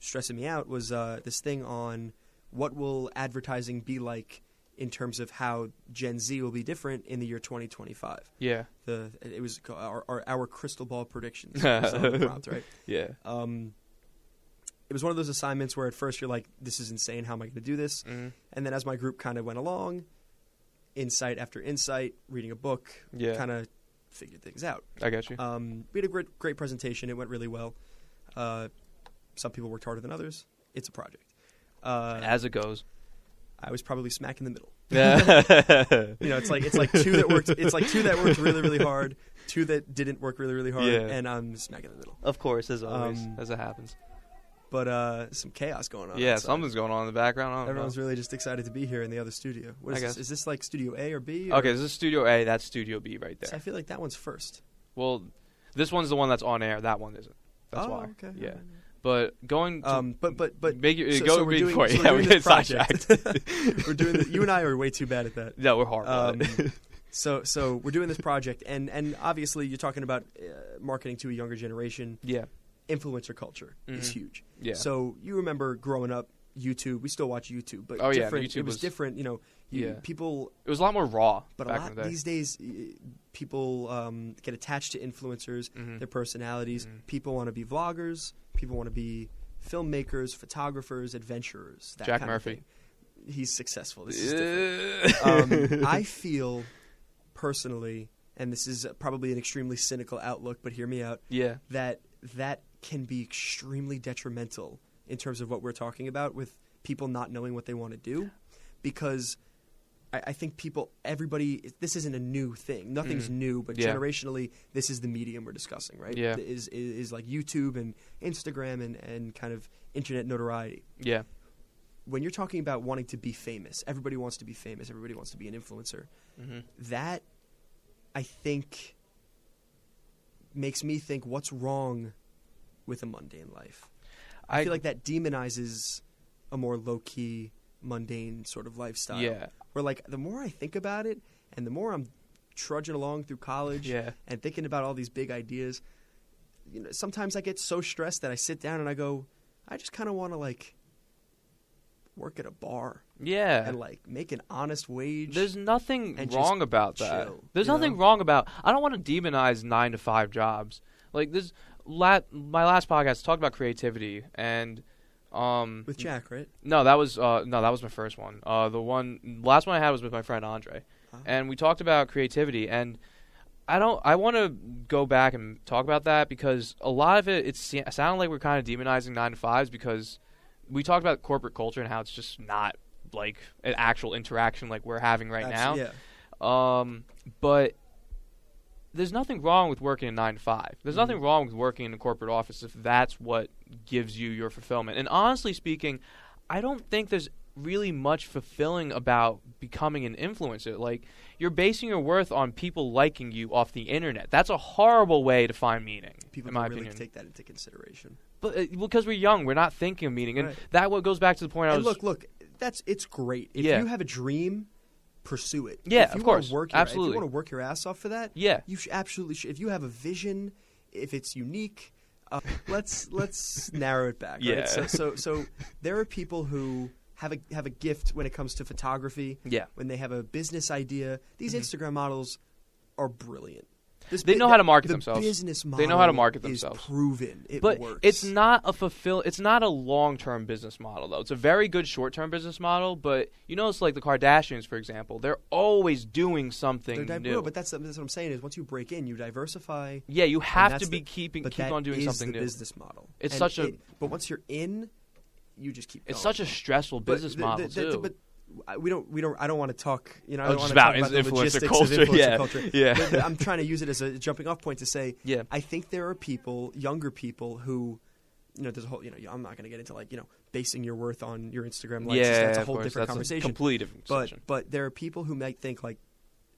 [SPEAKER 2] stressing me out was uh, this thing on what will advertising be like in terms of how Gen Z will be different in the year 2025.
[SPEAKER 1] Yeah.
[SPEAKER 2] The it was ca- our our, our crystal ball predictions was on the prompt, right?
[SPEAKER 1] Yeah.
[SPEAKER 2] Um, it was one of those assignments where at first you're like, "This is insane. How am I going to do this?"
[SPEAKER 1] Mm.
[SPEAKER 2] And then as my group kind of went along, insight after insight, reading a book,
[SPEAKER 1] Yeah.
[SPEAKER 2] kind of figured things out.
[SPEAKER 1] I got you.
[SPEAKER 2] Um, we had a great, great presentation. It went really well. Uh, some people worked harder than others. It's a project. Uh,
[SPEAKER 1] As it goes.
[SPEAKER 2] I was probably smack in the middle.
[SPEAKER 1] Yeah.
[SPEAKER 2] You know, it's like it's like two that worked. It's like two that worked really, really hard. Two that didn't work really, really hard.
[SPEAKER 1] Yeah.
[SPEAKER 2] And I'm smack in the middle.
[SPEAKER 1] Of course, as always,
[SPEAKER 2] Um,
[SPEAKER 1] as it happens.
[SPEAKER 2] But uh, some chaos going on.
[SPEAKER 1] Yeah,
[SPEAKER 2] outside.
[SPEAKER 1] something's going on in the background. I don't know.
[SPEAKER 2] Everyone's really just excited to be here in the other studio. What
[SPEAKER 1] I
[SPEAKER 2] is this?
[SPEAKER 1] guess.
[SPEAKER 2] Is this like Studio A or B? or-
[SPEAKER 1] Okay, this is Studio A. That's Studio B right
[SPEAKER 2] So I
[SPEAKER 1] there.
[SPEAKER 2] feel like that one's first.
[SPEAKER 1] Well, this one's the one that's on air. That one isn't. That's
[SPEAKER 2] oh,
[SPEAKER 1] why.
[SPEAKER 2] Okay.
[SPEAKER 1] Yeah. But going to
[SPEAKER 2] Um, but but but
[SPEAKER 1] make it
[SPEAKER 2] so-
[SPEAKER 1] go
[SPEAKER 2] so we're
[SPEAKER 1] read
[SPEAKER 2] doing-
[SPEAKER 1] for
[SPEAKER 2] so
[SPEAKER 1] you.
[SPEAKER 2] we're
[SPEAKER 1] yeah, we
[SPEAKER 2] doing this
[SPEAKER 1] get
[SPEAKER 2] project.
[SPEAKER 1] sidetracked.
[SPEAKER 2] we're doing this, you and I are way too bad at that.
[SPEAKER 1] no, we're horrible. at
[SPEAKER 2] Um,
[SPEAKER 1] it.
[SPEAKER 2] so so we're doing this project, and and obviously you're talking about uh, marketing to a younger generation.
[SPEAKER 1] yeah,
[SPEAKER 2] Influencer culture is
[SPEAKER 1] Mhm.
[SPEAKER 2] huge.
[SPEAKER 1] yeah,
[SPEAKER 2] So you remember growing up, YouTube. We still watch YouTube, but
[SPEAKER 1] Oh, yeah,
[SPEAKER 2] different.
[SPEAKER 1] YouTube
[SPEAKER 2] it was,
[SPEAKER 1] was-
[SPEAKER 2] different. You know, you,
[SPEAKER 1] Yeah.
[SPEAKER 2] people.
[SPEAKER 1] it was a lot more raw
[SPEAKER 2] But
[SPEAKER 1] back
[SPEAKER 2] a lot
[SPEAKER 1] in the day.
[SPEAKER 2] these days, y- people um, get attached to influencers,
[SPEAKER 1] Mhm.
[SPEAKER 2] their personalities.
[SPEAKER 1] Mhm.
[SPEAKER 2] People want to be vloggers. People want to be filmmakers, photographers, adventurers. That
[SPEAKER 1] Jack
[SPEAKER 2] kind of
[SPEAKER 1] Murphy.
[SPEAKER 2] thing. He's successful. This is different.
[SPEAKER 1] Uh,
[SPEAKER 2] um, I feel personally, and this is probably an extremely cynical outlook, but hear me out,
[SPEAKER 1] yeah,
[SPEAKER 2] that that can be extremely detrimental in terms of what we're talking about with people not knowing what they want to do because. I I think people, everybody, this isn't a new thing. Nothing's
[SPEAKER 1] Mhm.
[SPEAKER 2] new, but
[SPEAKER 1] Yeah.
[SPEAKER 2] generationally, this is the medium we're discussing, right?
[SPEAKER 1] Yeah.
[SPEAKER 2] Is, is is like YouTube and Instagram and, and kind of internet notoriety
[SPEAKER 1] yeah,
[SPEAKER 2] when you're talking about wanting to be famous, everybody wants to be famous, everybody wants to be an influencer.
[SPEAKER 1] hmm
[SPEAKER 2] That I think makes me think what's wrong with a mundane life. I, feel like that demonizes a more low key, mundane sort of lifestyle.
[SPEAKER 1] yeah,
[SPEAKER 2] Where like the more I think about it and the more I'm trudging along through college
[SPEAKER 1] yeah,
[SPEAKER 2] and thinking about all these big ideas, you know, sometimes I get so stressed that I sit down and I go, I just kind of want to like work at a bar
[SPEAKER 1] yeah.
[SPEAKER 2] and like make an honest wage.
[SPEAKER 1] There's nothing
[SPEAKER 2] and just
[SPEAKER 1] wrong about that.
[SPEAKER 2] chill,
[SPEAKER 1] There's
[SPEAKER 2] you
[SPEAKER 1] nothing
[SPEAKER 2] know?
[SPEAKER 1] wrong about. I don't want to demonize nine to five jobs. Like this, la- my last podcast talked about creativity and um
[SPEAKER 2] with Jack, right?
[SPEAKER 1] No, that was uh, no, that was my first one. Uh, the one last one I had was with my friend Andre,
[SPEAKER 2] Huh.
[SPEAKER 1] and we talked about creativity. And I don't, I want to go back and talk about that because a lot of it, it se- sounded like we're kind of demonizing nine to fives because we talked about corporate culture and how it's just not like an actual interaction like we're having right now.
[SPEAKER 2] Abs- yeah.
[SPEAKER 1] Um, but there's nothing wrong with working a nine to five. There's
[SPEAKER 2] Mm-hmm.
[SPEAKER 1] nothing wrong with working in a corporate office if that's what gives you your fulfillment. And honestly speaking, I don't think there's really much fulfilling about becoming an influencer. Like you're basing your worth on people liking you off the internet. That's a horrible way to find meaning,
[SPEAKER 2] People
[SPEAKER 1] in
[SPEAKER 2] don't
[SPEAKER 1] my
[SPEAKER 2] really
[SPEAKER 1] opinion.
[SPEAKER 2] take that into consideration.
[SPEAKER 1] but uh, because we're young, we're not thinking of meaning, and
[SPEAKER 2] Right.
[SPEAKER 1] that what goes back to the point I
[SPEAKER 2] And
[SPEAKER 1] was.
[SPEAKER 2] look, look, that's it's great. If
[SPEAKER 1] Yeah.
[SPEAKER 2] you have a dream, pursue it.
[SPEAKER 1] Yeah,
[SPEAKER 2] if you
[SPEAKER 1] of
[SPEAKER 2] wanna
[SPEAKER 1] course.
[SPEAKER 2] Work your, If
[SPEAKER 1] Absolutely.
[SPEAKER 2] you want to work your ass off for that,
[SPEAKER 1] yeah,
[SPEAKER 2] you sh- absolutely should. If you have a vision, if it's unique, uh, let's let's narrow it back. right?
[SPEAKER 1] Yeah.
[SPEAKER 2] So, so so there are people who have a have a gift when it comes to photography.
[SPEAKER 1] yeah.
[SPEAKER 2] When they have a business idea, these
[SPEAKER 1] Mhm.
[SPEAKER 2] Instagram models are brilliant. This
[SPEAKER 1] They know how to market
[SPEAKER 2] the
[SPEAKER 1] themselves.
[SPEAKER 2] Business model
[SPEAKER 1] They know how to market
[SPEAKER 2] is
[SPEAKER 1] themselves.
[SPEAKER 2] proven. It
[SPEAKER 1] but
[SPEAKER 2] works.
[SPEAKER 1] it's not a fulfill. It's not a long term business model though. It's a very good short term business model. But you notice like the Kardashians, for example, they're always doing
[SPEAKER 2] They're
[SPEAKER 1] something
[SPEAKER 2] di-
[SPEAKER 1] new.
[SPEAKER 2] No, but that's, that's what I'm saying is once you break in, you diversify.
[SPEAKER 1] yeah, you have to
[SPEAKER 2] that's
[SPEAKER 1] be
[SPEAKER 2] the-
[SPEAKER 1] keeping
[SPEAKER 2] but
[SPEAKER 1] keep
[SPEAKER 2] that
[SPEAKER 1] on doing
[SPEAKER 2] is
[SPEAKER 1] something
[SPEAKER 2] the
[SPEAKER 1] new.
[SPEAKER 2] business model.
[SPEAKER 1] It's
[SPEAKER 2] And
[SPEAKER 1] such a-
[SPEAKER 2] it- but once you're in, you just keep.
[SPEAKER 1] It's
[SPEAKER 2] going.
[SPEAKER 1] such a stressful
[SPEAKER 2] But
[SPEAKER 1] business
[SPEAKER 2] the-
[SPEAKER 1] model
[SPEAKER 2] the- the-
[SPEAKER 1] too.
[SPEAKER 2] but I- we don't. We don't. I don't want to talk. You know, I
[SPEAKER 1] Oh,
[SPEAKER 2] don't
[SPEAKER 1] just
[SPEAKER 2] want
[SPEAKER 1] about
[SPEAKER 2] to talk about the
[SPEAKER 1] influencer
[SPEAKER 2] logistics
[SPEAKER 1] culture,
[SPEAKER 2] Of influencer
[SPEAKER 1] yeah,
[SPEAKER 2] culture.
[SPEAKER 1] yeah.
[SPEAKER 2] But- but I'm trying to use it as a jumping off point to say.
[SPEAKER 1] yeah,
[SPEAKER 2] I think there are people, younger people, who, you know, there's a whole. You know, I'm not going to get into like you know basing your worth on your Instagram likes.
[SPEAKER 1] yeah,
[SPEAKER 2] that's a
[SPEAKER 1] of
[SPEAKER 2] whole
[SPEAKER 1] course,
[SPEAKER 2] different
[SPEAKER 1] that's
[SPEAKER 2] conversation.
[SPEAKER 1] A completely different
[SPEAKER 2] but
[SPEAKER 1] conversation.
[SPEAKER 2] but there are people who might think like,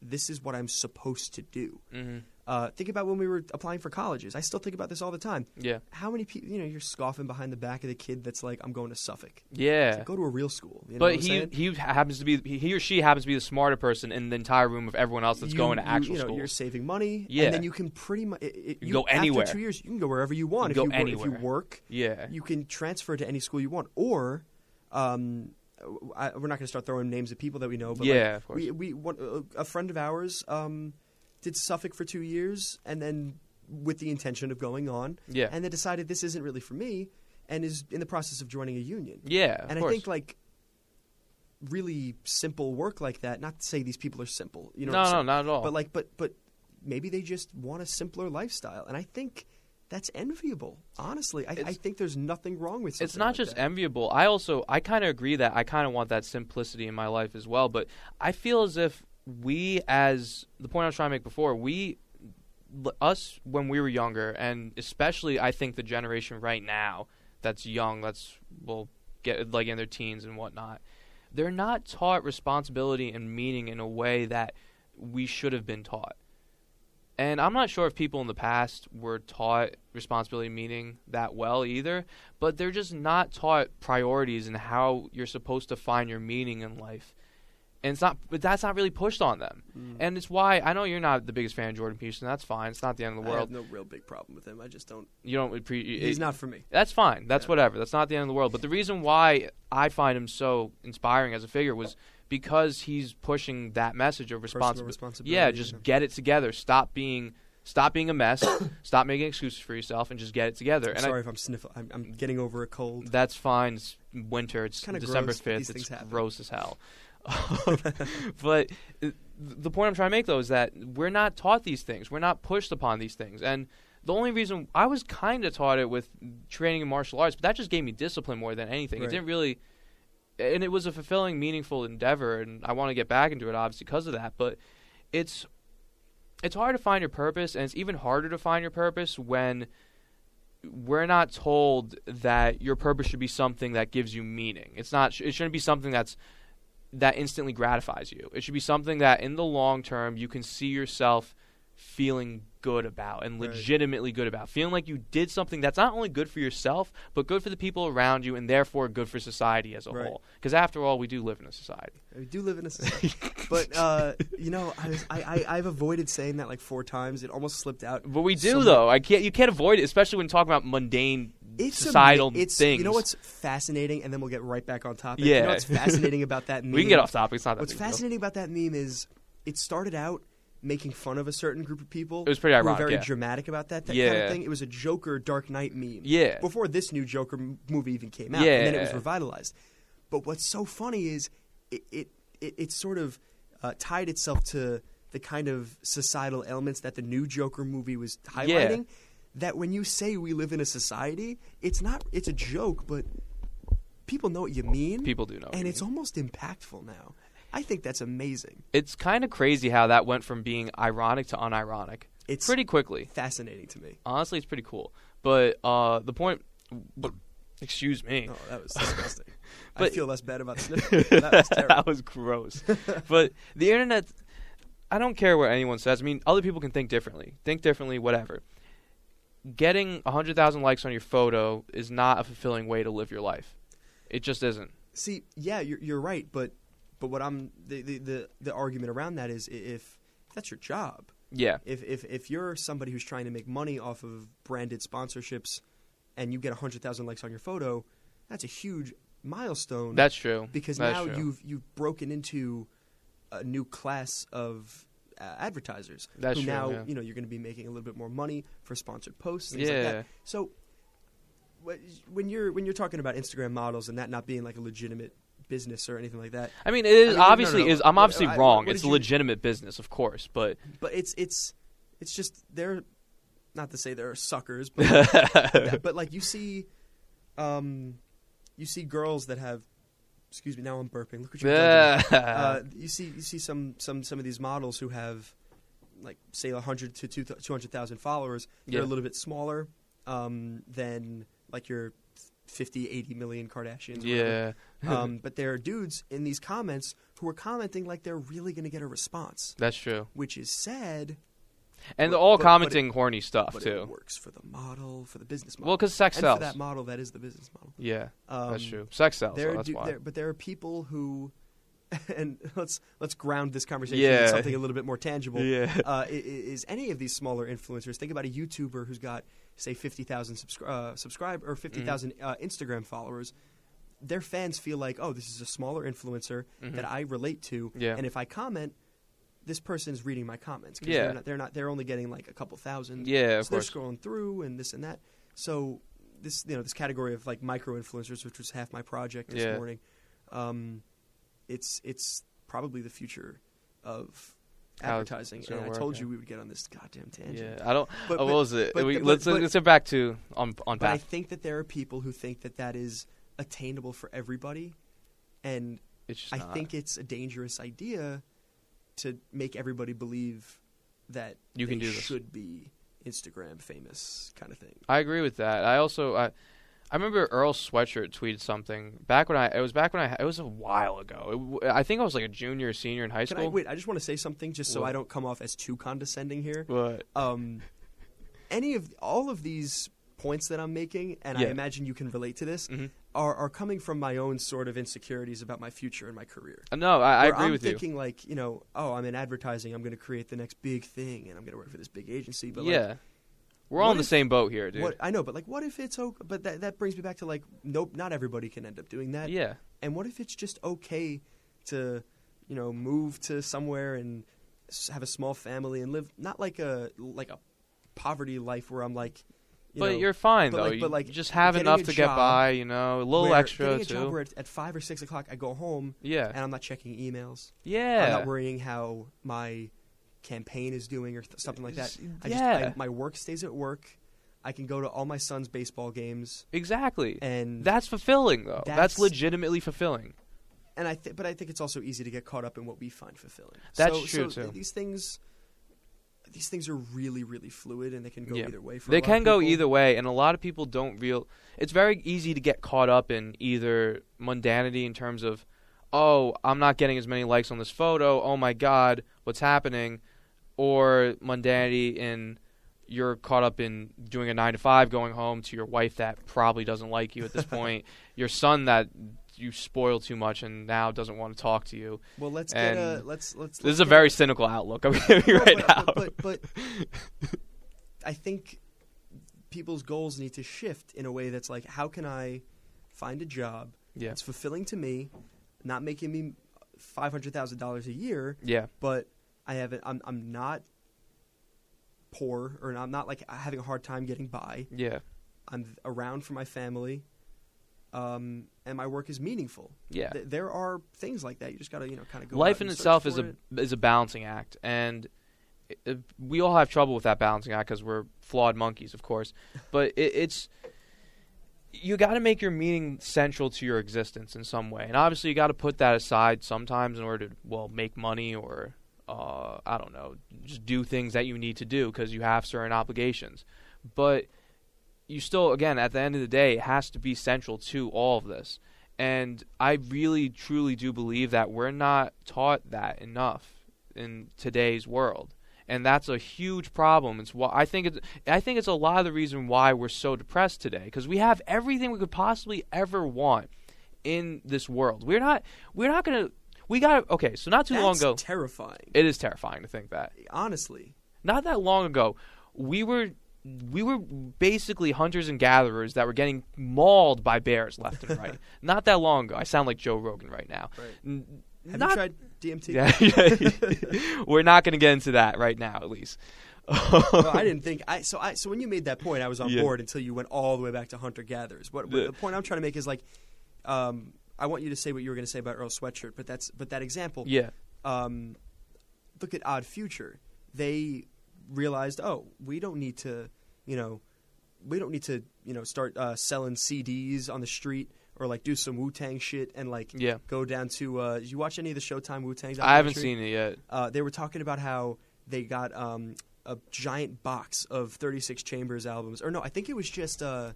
[SPEAKER 2] this is what I'm supposed to do.
[SPEAKER 1] hmm
[SPEAKER 2] Uh, think about when we were applying for colleges. I still think about this all the time.
[SPEAKER 1] Yeah.
[SPEAKER 2] How many people, you know, you're scoffing behind the back of the kid that's like, I'm going to Suffolk. It's
[SPEAKER 1] Yeah.
[SPEAKER 2] like, go to a real school. You know what
[SPEAKER 1] But
[SPEAKER 2] I'm
[SPEAKER 1] he
[SPEAKER 2] saying?
[SPEAKER 1] he happens to be he or she happens to be the smarter person in the entire room of everyone else that's
[SPEAKER 2] You-
[SPEAKER 1] going to
[SPEAKER 2] you-
[SPEAKER 1] actual
[SPEAKER 2] you know,
[SPEAKER 1] school.
[SPEAKER 2] You're saving money.
[SPEAKER 1] Yeah.
[SPEAKER 2] And then you can pretty much it, it-
[SPEAKER 1] can go
[SPEAKER 2] after
[SPEAKER 1] anywhere.
[SPEAKER 2] two years, you can go wherever you want.
[SPEAKER 1] You can
[SPEAKER 2] if,
[SPEAKER 1] go
[SPEAKER 2] you, wor- if
[SPEAKER 1] anywhere.
[SPEAKER 2] you work,
[SPEAKER 1] Yeah.
[SPEAKER 2] you can transfer to any school you want. Or, um, I, we're not going to start throwing names of people that we know. But like,
[SPEAKER 1] Yeah, of course.
[SPEAKER 2] we we one, a- a friend of ours um, did Suffolk for two years, and then with the intention of going on,
[SPEAKER 1] Yeah.
[SPEAKER 2] and then decided this isn't really for me, and is in the process of joining a union.
[SPEAKER 1] yeah. Of
[SPEAKER 2] and
[SPEAKER 1] course.
[SPEAKER 2] I think like really simple work like that. Not to say these people are simple, you know. what I'm
[SPEAKER 1] no,
[SPEAKER 2] saying?
[SPEAKER 1] no, not at all.
[SPEAKER 2] But like, but but maybe they just want a simpler lifestyle, and I think that's enviable. Honestly, I, I
[SPEAKER 1] It's-
[SPEAKER 2] think there's nothing wrong with. Something
[SPEAKER 1] it's not
[SPEAKER 2] like
[SPEAKER 1] just
[SPEAKER 2] that.
[SPEAKER 1] enviable. I also I kind of agree that I kind of want that simplicity in my life as well. But I feel as if we, as the point I was trying to make before, we l- us when we were younger, and especially I think the generation right now that's young, that's will get like in their teens and whatnot, they're not taught responsibility and meaning in a way that we should have been taught. And I'm not sure if people in the past were taught responsibility and meaning that well either, but they're just not taught priorities and how you're supposed to find your meaning in life. And it's not, but that's not really pushed on them.
[SPEAKER 2] Mm.
[SPEAKER 1] And it's why I know you're not the biggest fan of Jordan Peterson. That's fine. It's not the end of the
[SPEAKER 2] I
[SPEAKER 1] world.
[SPEAKER 2] have no real big problem with him. I just don't.
[SPEAKER 1] you don't. appre-
[SPEAKER 2] He's
[SPEAKER 1] it-
[SPEAKER 2] not for me.
[SPEAKER 1] that's fine. That's
[SPEAKER 2] Yeah.
[SPEAKER 1] whatever. That's not the end of the world. But the reason why I find him so inspiring as a figure was because he's pushing that message of
[SPEAKER 2] Personal
[SPEAKER 1] responsibility.
[SPEAKER 2] responsibility.
[SPEAKER 1] Yeah, just get it together. Stop being stop being a mess. stop making excuses for yourself and just get it together.
[SPEAKER 2] I'm
[SPEAKER 1] and
[SPEAKER 2] sorry if I'm sniffling. I'm, I'm getting over a
[SPEAKER 1] I,
[SPEAKER 2] cold.
[SPEAKER 1] that's fine. It's winter. It's
[SPEAKER 2] Kinda
[SPEAKER 1] December
[SPEAKER 2] gross that
[SPEAKER 1] fifth.
[SPEAKER 2] these things
[SPEAKER 1] It's
[SPEAKER 2] happen.
[SPEAKER 1] gross as hell. Um, but uh, the point I'm trying to make though is that we're not taught these things. We're not pushed upon these things. And the only reason I was kind of taught it with training in martial arts, but that just gave me discipline more than anything.
[SPEAKER 2] Right.
[SPEAKER 1] It didn't really, and it was a fulfilling, meaningful endeavor, and I want to get back into it obviously because of that. But it's it's hard to find your purpose, and it's even harder to find your purpose when we're not told that your purpose should be something that gives you meaning. It's not. It shouldn't be something that's that instantly gratifies you. It should be something that in the long term you can see yourself feeling good about and
[SPEAKER 2] Right.
[SPEAKER 1] legitimately good about. Feeling like you did something that's not only good for yourself, but good for the people around you and therefore good for society as a
[SPEAKER 2] Right.
[SPEAKER 1] whole. Because after all, we do live in a society.
[SPEAKER 2] We do live in a society, but uh, you know, I, was, I, I I've avoided saying that like four times. It almost slipped out.
[SPEAKER 1] But we do
[SPEAKER 2] Some-
[SPEAKER 1] though. I can't you can't avoid it, especially when talking about mundane
[SPEAKER 2] It's ama-
[SPEAKER 1] societal
[SPEAKER 2] it's,
[SPEAKER 1] things.
[SPEAKER 2] You know what's fascinating, and then we'll get right back on topic. You know
[SPEAKER 1] Yeah.
[SPEAKER 2] what's fascinating about that? Meme?
[SPEAKER 1] we can get off topic, it's not that
[SPEAKER 2] What's
[SPEAKER 1] big a deal.
[SPEAKER 2] fascinating about that meme is it started out making fun of a certain group of people.
[SPEAKER 1] It was pretty
[SPEAKER 2] who
[SPEAKER 1] ironic,
[SPEAKER 2] Were very
[SPEAKER 1] yeah.
[SPEAKER 2] dramatic about that, that kind of
[SPEAKER 1] Yeah.
[SPEAKER 2] thing. It was a Joker Dark Knight meme.
[SPEAKER 1] Yeah.
[SPEAKER 2] Before this new Joker m- movie even came out, and then it was
[SPEAKER 1] Yeah.
[SPEAKER 2] revitalized. But what's so funny is it it it, it sort of uh, tied itself to the kind of societal elements that the new Joker movie was highlighting. That when you say we live in a society, it's not it's a joke, but people know what you mean
[SPEAKER 1] People do know. what
[SPEAKER 2] and
[SPEAKER 1] you
[SPEAKER 2] it's almost impactful now. I think that's amazing,
[SPEAKER 1] it's kind of crazy how that went from being ironic to unironic.
[SPEAKER 2] It's-
[SPEAKER 1] pretty quickly.
[SPEAKER 2] fascinating to me.
[SPEAKER 1] Honestly, it's pretty cool. But uh, the point, but, excuse me,
[SPEAKER 2] Oh, that was disgusting. I
[SPEAKER 1] But-
[SPEAKER 2] feel less bad about sniffing. That was terrible.
[SPEAKER 1] that was gross. but the internet, I don't care what anyone says. I mean, other people can think differently, think differently, whatever. Getting hundred thousand likes on your photo is not a fulfilling way to live your life. It just isn't.
[SPEAKER 2] See, yeah, you're, you're right, but but what I'm the, the the the argument around that is i- if that's your job,
[SPEAKER 1] Yeah,
[SPEAKER 2] if if if you're somebody who's trying to make money off of branded sponsorships, and you get hundred thousand likes on your photo, that's a huge milestone.
[SPEAKER 1] that's true.
[SPEAKER 2] because
[SPEAKER 1] That's
[SPEAKER 2] now
[SPEAKER 1] true.
[SPEAKER 2] you've you've broken into a new class of uh, advertisers
[SPEAKER 1] That's
[SPEAKER 2] who
[SPEAKER 1] true,
[SPEAKER 2] now
[SPEAKER 1] yeah.
[SPEAKER 2] you know you're going to be making a little bit more money for sponsored posts things like
[SPEAKER 1] Yeah.
[SPEAKER 2] that so wh- when you're when you're talking about Instagram models and that not being like a legitimate business or anything like that
[SPEAKER 1] I mean, it is
[SPEAKER 2] I mean, no, no,
[SPEAKER 1] obviously
[SPEAKER 2] no.
[SPEAKER 1] is. I'm
[SPEAKER 2] What-
[SPEAKER 1] obviously
[SPEAKER 2] I-
[SPEAKER 1] wrong.
[SPEAKER 2] what
[SPEAKER 1] it's
[SPEAKER 2] did
[SPEAKER 1] a
[SPEAKER 2] you-
[SPEAKER 1] legitimate business, of course, but
[SPEAKER 2] but it's it's it's just they're not to say they're suckers but like, but like you see um you see girls that have excuse me now I'm burping look what you're uh, you see you see some some some of these models who have like say 100 to 200,000 followers they're
[SPEAKER 1] Yeah.
[SPEAKER 2] a little bit smaller um, than like your 50 80 million Kardashians or whatever.
[SPEAKER 1] yeah,
[SPEAKER 2] um, but there are dudes in these comments who are commenting like they're really going to get a response
[SPEAKER 1] that's true.
[SPEAKER 2] which is sad
[SPEAKER 1] and
[SPEAKER 2] But-
[SPEAKER 1] they're all
[SPEAKER 2] but- but it-
[SPEAKER 1] commenting horny stuff
[SPEAKER 2] but it
[SPEAKER 1] too.
[SPEAKER 2] works for the model, for the business model.
[SPEAKER 1] Well, because sex
[SPEAKER 2] and for
[SPEAKER 1] sells.
[SPEAKER 2] that model, that is the business model.
[SPEAKER 1] yeah,
[SPEAKER 2] Um,
[SPEAKER 1] that's true. Sex sells.
[SPEAKER 2] There
[SPEAKER 1] Oh, so that's
[SPEAKER 2] do-
[SPEAKER 1] why.
[SPEAKER 2] there- but there are people who, and let's let's ground this conversation
[SPEAKER 1] Yeah.
[SPEAKER 2] in something a little bit more tangible.
[SPEAKER 1] Yeah.
[SPEAKER 2] Uh, i- i- is any of these smaller influencers? Think about a YouTuber who's got say fifty thousand subscri- uh, subscribe
[SPEAKER 1] Mm-hmm.
[SPEAKER 2] or fifty uh, Instagram followers. Their fans feel like, oh, this is a smaller influencer that I relate to,
[SPEAKER 1] Mm-hmm. Yeah.
[SPEAKER 2] and if I comment, this person's reading my comments. 'cause
[SPEAKER 1] Yeah.
[SPEAKER 2] they're not, they're not. They're only getting like a couple thousand.
[SPEAKER 1] Yeah, of
[SPEAKER 2] so they're
[SPEAKER 1] course.
[SPEAKER 2] scrolling through and this and that. So this you know this category of like micro influencers, which was half my project this
[SPEAKER 1] Yeah.
[SPEAKER 2] morning, um, it's it's probably the future of
[SPEAKER 1] How it's
[SPEAKER 2] advertising.
[SPEAKER 1] gonna
[SPEAKER 2] And I
[SPEAKER 1] work,
[SPEAKER 2] told
[SPEAKER 1] yeah.
[SPEAKER 2] you we would get on this goddamn tangent.
[SPEAKER 1] yeah, I don't.
[SPEAKER 2] But-
[SPEAKER 1] oh,
[SPEAKER 2] but-
[SPEAKER 1] what was it?
[SPEAKER 2] but-
[SPEAKER 1] we,
[SPEAKER 2] but-
[SPEAKER 1] let's
[SPEAKER 2] but-
[SPEAKER 1] let's get back to on on
[SPEAKER 2] But I
[SPEAKER 1] path.
[SPEAKER 2] think that there are people who think that that is attainable for everybody, and
[SPEAKER 1] It's just
[SPEAKER 2] I
[SPEAKER 1] not.
[SPEAKER 2] think it's a dangerous idea to make everybody believe that
[SPEAKER 1] You
[SPEAKER 2] they
[SPEAKER 1] can do this.
[SPEAKER 2] should be Instagram famous kind of thing.
[SPEAKER 1] I agree with that. I also I, I remember Earl Sweatshirt tweeted something back when I it was back when I it was a while ago. It w- I think I was like a junior or senior in high
[SPEAKER 2] Can
[SPEAKER 1] school.
[SPEAKER 2] I wait? I just want to say something, just so
[SPEAKER 1] What?
[SPEAKER 2] I don't come off as too condescending here.
[SPEAKER 1] But
[SPEAKER 2] Um, any of all of these points that I'm making, and
[SPEAKER 1] Yeah.
[SPEAKER 2] I imagine you can relate to this,
[SPEAKER 1] Mhm.
[SPEAKER 2] are are coming from my own sort of insecurities about my future and my career.
[SPEAKER 1] Uh, no, I, I
[SPEAKER 2] Where
[SPEAKER 1] agree
[SPEAKER 2] I'm
[SPEAKER 1] with you.
[SPEAKER 2] thinking like you know, oh, I'm in advertising. I'm going to create the next big thing, and I'm going to work for this big agency. But like,
[SPEAKER 1] yeah, we're all
[SPEAKER 2] what
[SPEAKER 1] in the
[SPEAKER 2] if-
[SPEAKER 1] same boat here, dude.
[SPEAKER 2] what I know, but like, what if it's okay? But that that brings me back to like, nope, not everybody can end up doing that.
[SPEAKER 1] yeah,
[SPEAKER 2] And what if it's just okay to, you know, move to somewhere and s- have a small family and live not like a like a poverty life where I'm like, you
[SPEAKER 1] but
[SPEAKER 2] know,
[SPEAKER 1] you're fine
[SPEAKER 2] but
[SPEAKER 1] though.
[SPEAKER 2] like-
[SPEAKER 1] you
[SPEAKER 2] but like
[SPEAKER 1] just have
[SPEAKER 2] getting
[SPEAKER 1] enough
[SPEAKER 2] a
[SPEAKER 1] to get
[SPEAKER 2] job
[SPEAKER 1] by, you know, a little
[SPEAKER 2] where-
[SPEAKER 1] extra
[SPEAKER 2] getting a job
[SPEAKER 1] too.
[SPEAKER 2] where at, at five or six o'clock I go home
[SPEAKER 1] yeah,
[SPEAKER 2] and I'm not checking emails.
[SPEAKER 1] yeah.
[SPEAKER 2] I'm not worrying how my campaign is doing or th- something like that.
[SPEAKER 1] Just-
[SPEAKER 2] I just
[SPEAKER 1] yeah.
[SPEAKER 2] I, my work stays at work. I can go to all my son's baseball games
[SPEAKER 1] Exactly.
[SPEAKER 2] and
[SPEAKER 1] That's fulfilling though. That's,
[SPEAKER 2] That's-
[SPEAKER 1] legitimately fulfilling.
[SPEAKER 2] and I th- but I think it's also easy to get caught up in what we find fulfilling.
[SPEAKER 1] That's
[SPEAKER 2] so,
[SPEAKER 1] true,
[SPEAKER 2] so th-
[SPEAKER 1] too.
[SPEAKER 2] These things, these things are really really fluid, and they can go
[SPEAKER 1] Yeah.
[SPEAKER 2] either way. For a
[SPEAKER 1] They
[SPEAKER 2] lot of
[SPEAKER 1] can go
[SPEAKER 2] people.
[SPEAKER 1] either way, and a lot of people don't real. It's very easy to get caught up in either mundanity in terms of, oh, I'm not getting as many likes on this photo. Oh my God, what's happening? Or mundanity in you're caught up in doing a nine to five, going home to your wife that probably doesn't like you at this point, your son that you spoil too much and now doesn't want to talk to you.
[SPEAKER 2] Well, let's get a
[SPEAKER 1] And
[SPEAKER 2] let's let's.
[SPEAKER 1] This
[SPEAKER 2] let's
[SPEAKER 1] is a
[SPEAKER 2] get
[SPEAKER 1] very cynical outlook I'm giving you
[SPEAKER 2] No,
[SPEAKER 1] right
[SPEAKER 2] but,
[SPEAKER 1] now.
[SPEAKER 2] But, but, but I think people's goals need to shift in a way that's like, how can I find a job
[SPEAKER 1] yeah,
[SPEAKER 2] that's fulfilling to me, not making me five hundred thousand dollars a year,
[SPEAKER 1] yeah,
[SPEAKER 2] but I haven't. I'm I'm not poor, or I'm not like having a hard time getting by.
[SPEAKER 1] yeah,
[SPEAKER 2] I'm around for my family, um, and my work is meaningful.
[SPEAKER 1] yeah.
[SPEAKER 2] Th- there are things like that. You just gotta you know kind of go.
[SPEAKER 1] life
[SPEAKER 2] out
[SPEAKER 1] in
[SPEAKER 2] and search
[SPEAKER 1] itself is
[SPEAKER 2] for
[SPEAKER 1] a
[SPEAKER 2] it.
[SPEAKER 1] is a balancing act, and i- i we all have trouble with that balancing act because we're flawed monkeys, of course. But it, it's you got to make your meaning central to your existence in some way, and obviously you got to put that aside sometimes in order to well make money or uh, I don't know, just do things that you need to do because you have certain obligations. But you still, again, at the end of the day, it has to be central to all of this. And I really, truly do believe that we're not taught that enough in today's world, and that's a huge problem. It's why I think it's, I think it's a lot of the reason why we're so depressed today because we have everything we could possibly ever want in this world. We're not, we're not gonna, we got to okay. So not too long
[SPEAKER 2] That's
[SPEAKER 1] ago,
[SPEAKER 2] Terrifying,
[SPEAKER 1] it is terrifying to think that
[SPEAKER 2] honestly.
[SPEAKER 1] not that long ago, we were we were basically hunters and gatherers that were getting mauled by bears left and right. not that long ago. I sound like Joe Rogan right now.
[SPEAKER 2] Right.
[SPEAKER 1] N-
[SPEAKER 2] Have
[SPEAKER 1] not-
[SPEAKER 2] you tried DMT?
[SPEAKER 1] Yeah, yeah. we're not going to get into that right now, at least.
[SPEAKER 2] Well, I didn't think I so I so when you made that point, I was on
[SPEAKER 1] Yeah.
[SPEAKER 2] board until you went all the way back to hunter gatherers. What, what
[SPEAKER 1] Yeah.
[SPEAKER 2] the point I'm trying to make is like, um, I want you to say what you were going to say about Earl Sweatshirt, but that's but that example.
[SPEAKER 1] yeah,
[SPEAKER 2] um, look at Odd Future. They realized, oh, we don't need to, you know, we don't need to, you know, start uh, selling CDs on the street or like do some Wu Tang shit and like
[SPEAKER 1] yeah.
[SPEAKER 2] go down to. Uh, you watch any of the Showtime Wu Tang?
[SPEAKER 1] I haven't seen it yet.
[SPEAKER 2] Uh, they were talking about how they got um, a giant box of 36 Chambers albums, or no, I think it was just. Uh,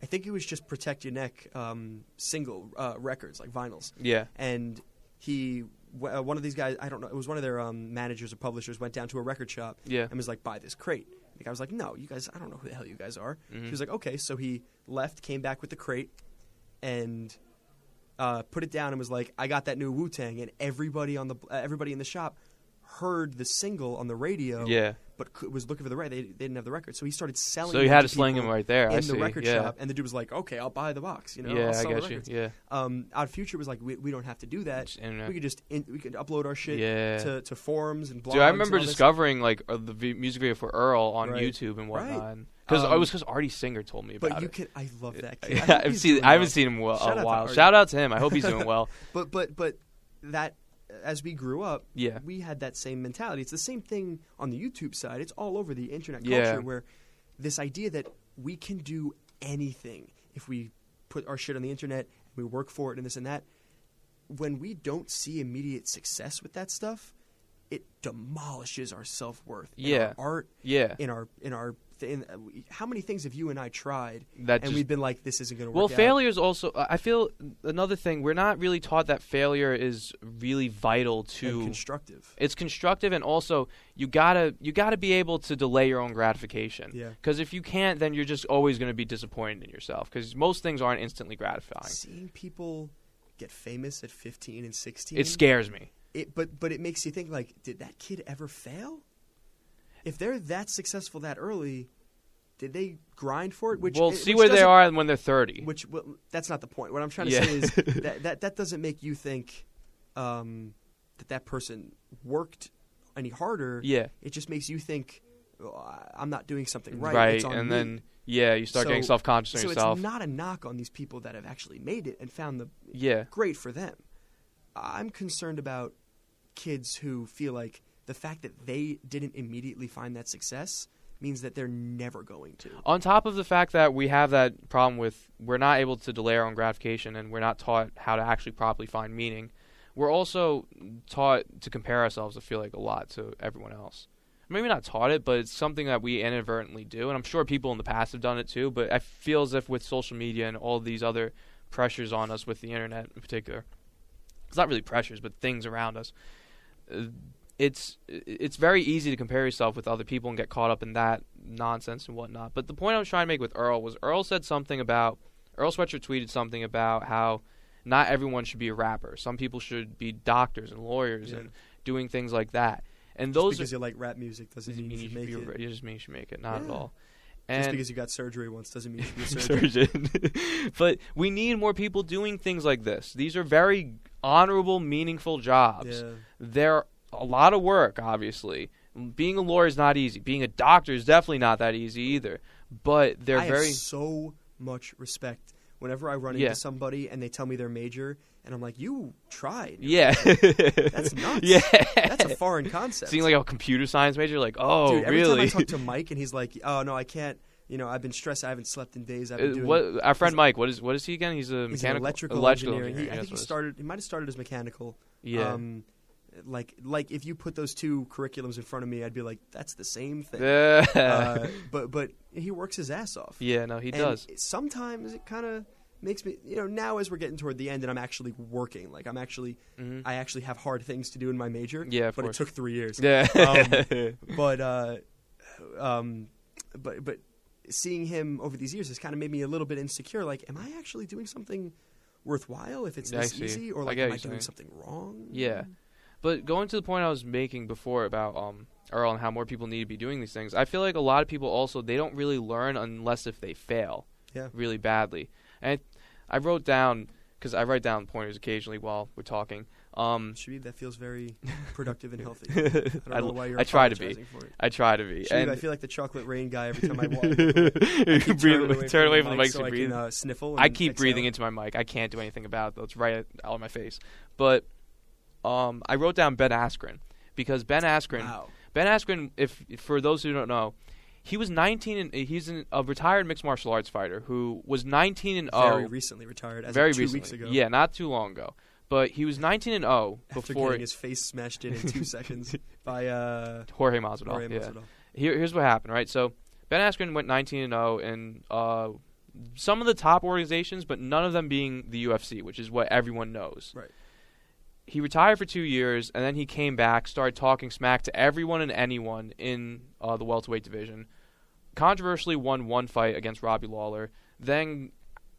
[SPEAKER 2] I think it was just Protect Your Neck um, single uh, records, like vinyls
[SPEAKER 1] Yeah,
[SPEAKER 2] and he w- uh, one of these guys, I don't know, it was one of their um, managers or publishers, went down to a record shop
[SPEAKER 1] Yeah.
[SPEAKER 2] and was like, "Buy this crate." The guy was like, "No, you guys, I don't know who the hell you guys are."
[SPEAKER 1] Mhm.
[SPEAKER 2] He was like, "Okay," so he left, came back with the crate, and uh, put it down and was like, "I got that new Wu Tang," and everybody on the uh, everybody in the shop heard the single on the radio,
[SPEAKER 1] yeah.
[SPEAKER 2] but c- was looking for the right. They, they didn't have the record, so he started selling.
[SPEAKER 1] So
[SPEAKER 2] it
[SPEAKER 1] you had
[SPEAKER 2] to
[SPEAKER 1] to sling
[SPEAKER 2] people
[SPEAKER 1] him right there.
[SPEAKER 2] in
[SPEAKER 1] I
[SPEAKER 2] the
[SPEAKER 1] see.
[SPEAKER 2] record
[SPEAKER 1] yeah.
[SPEAKER 2] shop, and the dude was like, "Okay, I'll buy the box." You know,
[SPEAKER 1] yeah,
[SPEAKER 2] I'll
[SPEAKER 1] I
[SPEAKER 2] sell the
[SPEAKER 1] got you.
[SPEAKER 2] records.
[SPEAKER 1] Yeah.
[SPEAKER 2] Um, Odd Future was like, "We, we don't have to do that.
[SPEAKER 1] It's internet.
[SPEAKER 2] We could just in, we could upload our shit
[SPEAKER 1] yeah.
[SPEAKER 2] to, to forums and blogs."
[SPEAKER 1] Dude, I
[SPEAKER 2] and
[SPEAKER 1] remember
[SPEAKER 2] all this.
[SPEAKER 1] discovering like uh, the v- music video for Earl on
[SPEAKER 2] Right.
[SPEAKER 1] YouTube and
[SPEAKER 2] Right.
[SPEAKER 1] whatnot. Because I
[SPEAKER 2] Um,
[SPEAKER 1] was because Artie Singer told me about
[SPEAKER 2] But you
[SPEAKER 1] it.
[SPEAKER 2] can, I love that. Kid. I
[SPEAKER 1] yeah,
[SPEAKER 2] hope
[SPEAKER 1] I've
[SPEAKER 2] he's
[SPEAKER 1] seen.
[SPEAKER 2] doing
[SPEAKER 1] I
[SPEAKER 2] well.
[SPEAKER 1] haven't seen him well
[SPEAKER 2] Shout out
[SPEAKER 1] a
[SPEAKER 2] to
[SPEAKER 1] while.
[SPEAKER 2] Artie.
[SPEAKER 1] Shout out to him. I hope he's doing well.
[SPEAKER 2] But but but that as we grew up,
[SPEAKER 1] Yeah.
[SPEAKER 2] we had that same mentality. It's the same thing on the YouTube side. It's all over the internet culture
[SPEAKER 1] Yeah.
[SPEAKER 2] where this idea that we can do anything if we put our shit on the internet and we work for it and this and that. When we don't see immediate success with that stuff, it demolishes our self worth.
[SPEAKER 1] Yeah.
[SPEAKER 2] our art
[SPEAKER 1] Yeah.
[SPEAKER 2] in our in our. Th- in, uh, we- how many things have you and I tried,
[SPEAKER 1] That
[SPEAKER 2] and
[SPEAKER 1] just-
[SPEAKER 2] we've been like, "This isn't going to work."
[SPEAKER 1] Well,
[SPEAKER 2] out.
[SPEAKER 1] failure is also. I feel another thing. We're not really taught that failure is really vital
[SPEAKER 2] and
[SPEAKER 1] to.
[SPEAKER 2] constructive.
[SPEAKER 1] It's constructive, and also you gotta you gotta be able to delay your own gratification.
[SPEAKER 2] Yeah.
[SPEAKER 1] Because if you can't, then you're just always gonna be disappointed in yourself. Because most things aren't instantly gratifying.
[SPEAKER 2] seeing people get famous at 15 and 16
[SPEAKER 1] It scares me.
[SPEAKER 2] it- but but it makes you think like did that kid ever fail if they're that successful that early did they grind for it which
[SPEAKER 1] we'll
[SPEAKER 2] it-
[SPEAKER 1] see
[SPEAKER 2] which
[SPEAKER 1] where they
[SPEAKER 2] doesn't-
[SPEAKER 1] are when they're 30.
[SPEAKER 2] which well, that's not the point what i'm trying to
[SPEAKER 1] Yeah.
[SPEAKER 2] say is that, that that doesn't make you think um, that that person worked any harder
[SPEAKER 1] yeah,
[SPEAKER 2] it just makes you think "Oh, I- i'm not doing something right,
[SPEAKER 1] right.
[SPEAKER 2] It's on
[SPEAKER 1] and
[SPEAKER 2] me."
[SPEAKER 1] then yeah, you start getting
[SPEAKER 2] So-
[SPEAKER 1] self conscious
[SPEAKER 2] so
[SPEAKER 1] on yourself.
[SPEAKER 2] it's not a knock on these people that have actually made it and found the
[SPEAKER 1] yeah,
[SPEAKER 2] great for them. I'm concerned about kids who feel like the fact that they didn't immediately find that success means that they're never going to.
[SPEAKER 1] on top of the fact that we have that problem with we're not able to delay our own gratification and we're not taught how to actually properly find meaning, we're also taught to compare ourselves, I feel like, a lot to everyone else. Maybe not taught it, but it's something that we inadvertently do. And I'm sure people in the past have done it too, but I feel as if with social media and all these other pressures on us with the internet in particular, it's not really pressures, but things around us. uh, It's it's very easy to compare yourself with other people and get caught up in that nonsense and whatnot. But the point I was trying to make with Earl was Earl said something about Earl Sweatshirt tweeted something about how not everyone should be a rapper. Some people should be doctors and lawyers
[SPEAKER 2] Yeah.
[SPEAKER 1] and doing things like that. And
[SPEAKER 2] Just
[SPEAKER 1] those
[SPEAKER 2] because
[SPEAKER 1] are,
[SPEAKER 2] you like rap music doesn't
[SPEAKER 1] doesn't
[SPEAKER 2] mean you
[SPEAKER 1] mean
[SPEAKER 2] should
[SPEAKER 1] you
[SPEAKER 2] make
[SPEAKER 1] should be a-
[SPEAKER 2] it.
[SPEAKER 1] you just mean you should make it. Not at
[SPEAKER 2] Yeah.
[SPEAKER 1] all.
[SPEAKER 2] Just
[SPEAKER 1] And
[SPEAKER 2] because you got surgery once doesn't mean you should be a surgeon.
[SPEAKER 1] surgeon. but we need more people doing things like this. These are very honorable, meaningful jobs.
[SPEAKER 2] Yeah.
[SPEAKER 1] They're a lot of work, obviously. Being a lawyer is not easy. Being a doctor is definitely not that easy either. But they're
[SPEAKER 2] I
[SPEAKER 1] very
[SPEAKER 2] have so much respect whenever I run
[SPEAKER 1] Yeah.
[SPEAKER 2] into somebody and they tell me their major, and I'm like, "You tried.
[SPEAKER 1] yeah.
[SPEAKER 2] That's nuts.
[SPEAKER 1] yeah.
[SPEAKER 2] That's a foreign concept."
[SPEAKER 1] Seeing like a computer science major, like oh
[SPEAKER 2] Dude, every time I
[SPEAKER 1] really?
[SPEAKER 2] talk to Mike and he's like, "Oh no, I can't. You know, I've been stressed. I haven't slept in days. I've been
[SPEAKER 1] Uh,
[SPEAKER 2] doing
[SPEAKER 1] what our friend
[SPEAKER 2] he's-
[SPEAKER 1] Mike? What is what is he again? He's a mechanical
[SPEAKER 2] He's an electrical,
[SPEAKER 1] electrical
[SPEAKER 2] engineer. He-
[SPEAKER 1] engineer,
[SPEAKER 2] I
[SPEAKER 1] yes,
[SPEAKER 2] think he
[SPEAKER 1] what is-
[SPEAKER 2] started. He might have started as mechanical.
[SPEAKER 1] Yeah.
[SPEAKER 2] Um, like like if you put those two curriculums in front of me, I'd be like, that's the same thing.
[SPEAKER 1] Yeah.
[SPEAKER 2] Uh, but but he works his ass off.
[SPEAKER 1] yeah, no, he
[SPEAKER 2] And
[SPEAKER 1] does.
[SPEAKER 2] Sometimes it kind of makes me, you know, now as we're getting toward the end, and I'm actually working. Like I'm actually,
[SPEAKER 1] Mhm.
[SPEAKER 2] I actually have hard things to do in my major.
[SPEAKER 1] Yeah, of
[SPEAKER 2] but
[SPEAKER 1] course.
[SPEAKER 2] it took three years. Um,
[SPEAKER 1] Yeah.
[SPEAKER 2] But uh, um, but but seeing him over these years has kind of made me a little bit insecure. Like, am I actually doing something worthwhile if it's
[SPEAKER 1] Yeah, I
[SPEAKER 2] this
[SPEAKER 1] see.
[SPEAKER 2] easy,
[SPEAKER 1] I
[SPEAKER 2] or like,
[SPEAKER 1] get
[SPEAKER 2] am
[SPEAKER 1] what
[SPEAKER 2] I
[SPEAKER 1] you're saying.
[SPEAKER 2] doing something wrong?
[SPEAKER 1] yeah. But going to the point I was making before about um Earl and how more people need to be doing these things, I feel like a lot of people also they don't really learn unless if they fail
[SPEAKER 2] Yeah.
[SPEAKER 1] really badly. And I, I wrote down because I write down pointers occationally while we're talking. Um,
[SPEAKER 2] Shabib, that feels very productive and healthy. I
[SPEAKER 1] I,
[SPEAKER 2] don't know why you're
[SPEAKER 1] I try to be.
[SPEAKER 2] apologizing For it.
[SPEAKER 1] I try to be.
[SPEAKER 2] Shabib,
[SPEAKER 1] and
[SPEAKER 2] I feel like the chocolate rain guy every time I walk. I
[SPEAKER 1] You
[SPEAKER 2] keep
[SPEAKER 1] breathe-
[SPEAKER 2] turning
[SPEAKER 1] turn away from the mic
[SPEAKER 2] so
[SPEAKER 1] so
[SPEAKER 2] I
[SPEAKER 1] you breathe.
[SPEAKER 2] can uh, sniffle.
[SPEAKER 1] I
[SPEAKER 2] and
[SPEAKER 1] keep
[SPEAKER 2] exhale.
[SPEAKER 1] breathing into my mic. I can't do anything about it. It's right out of my face. But um, I wrote down Ben Askren because Ben Askren,
[SPEAKER 2] Wow.
[SPEAKER 1] Ben Askren, if for those who don't know, he was 19 and uh, he's an, a retired mixed martial arts fighter who was 19 and 0
[SPEAKER 2] Very recently retired. As
[SPEAKER 1] Oh. very
[SPEAKER 2] of two
[SPEAKER 1] recently.
[SPEAKER 2] weeks ago.
[SPEAKER 1] Yeah, not too long ago. But he was 19 and 0
[SPEAKER 2] After
[SPEAKER 1] before
[SPEAKER 2] getting his face smashed in in two seconds by uh,
[SPEAKER 1] Jorge Masvidal.
[SPEAKER 2] Jorge
[SPEAKER 1] yeah.
[SPEAKER 2] Masvidal.
[SPEAKER 1] Here, here's what happened, right? So Ben Askren went 19 and 0 in uh, some of the top organizations, but none of them being the UFC, which is what everyone knows.
[SPEAKER 2] Right.
[SPEAKER 1] he retired for two years, and then he came back, started talking smack to everyone and anyone in uh, the welterweight division. Controversially won one fight against Robbie Lawler, then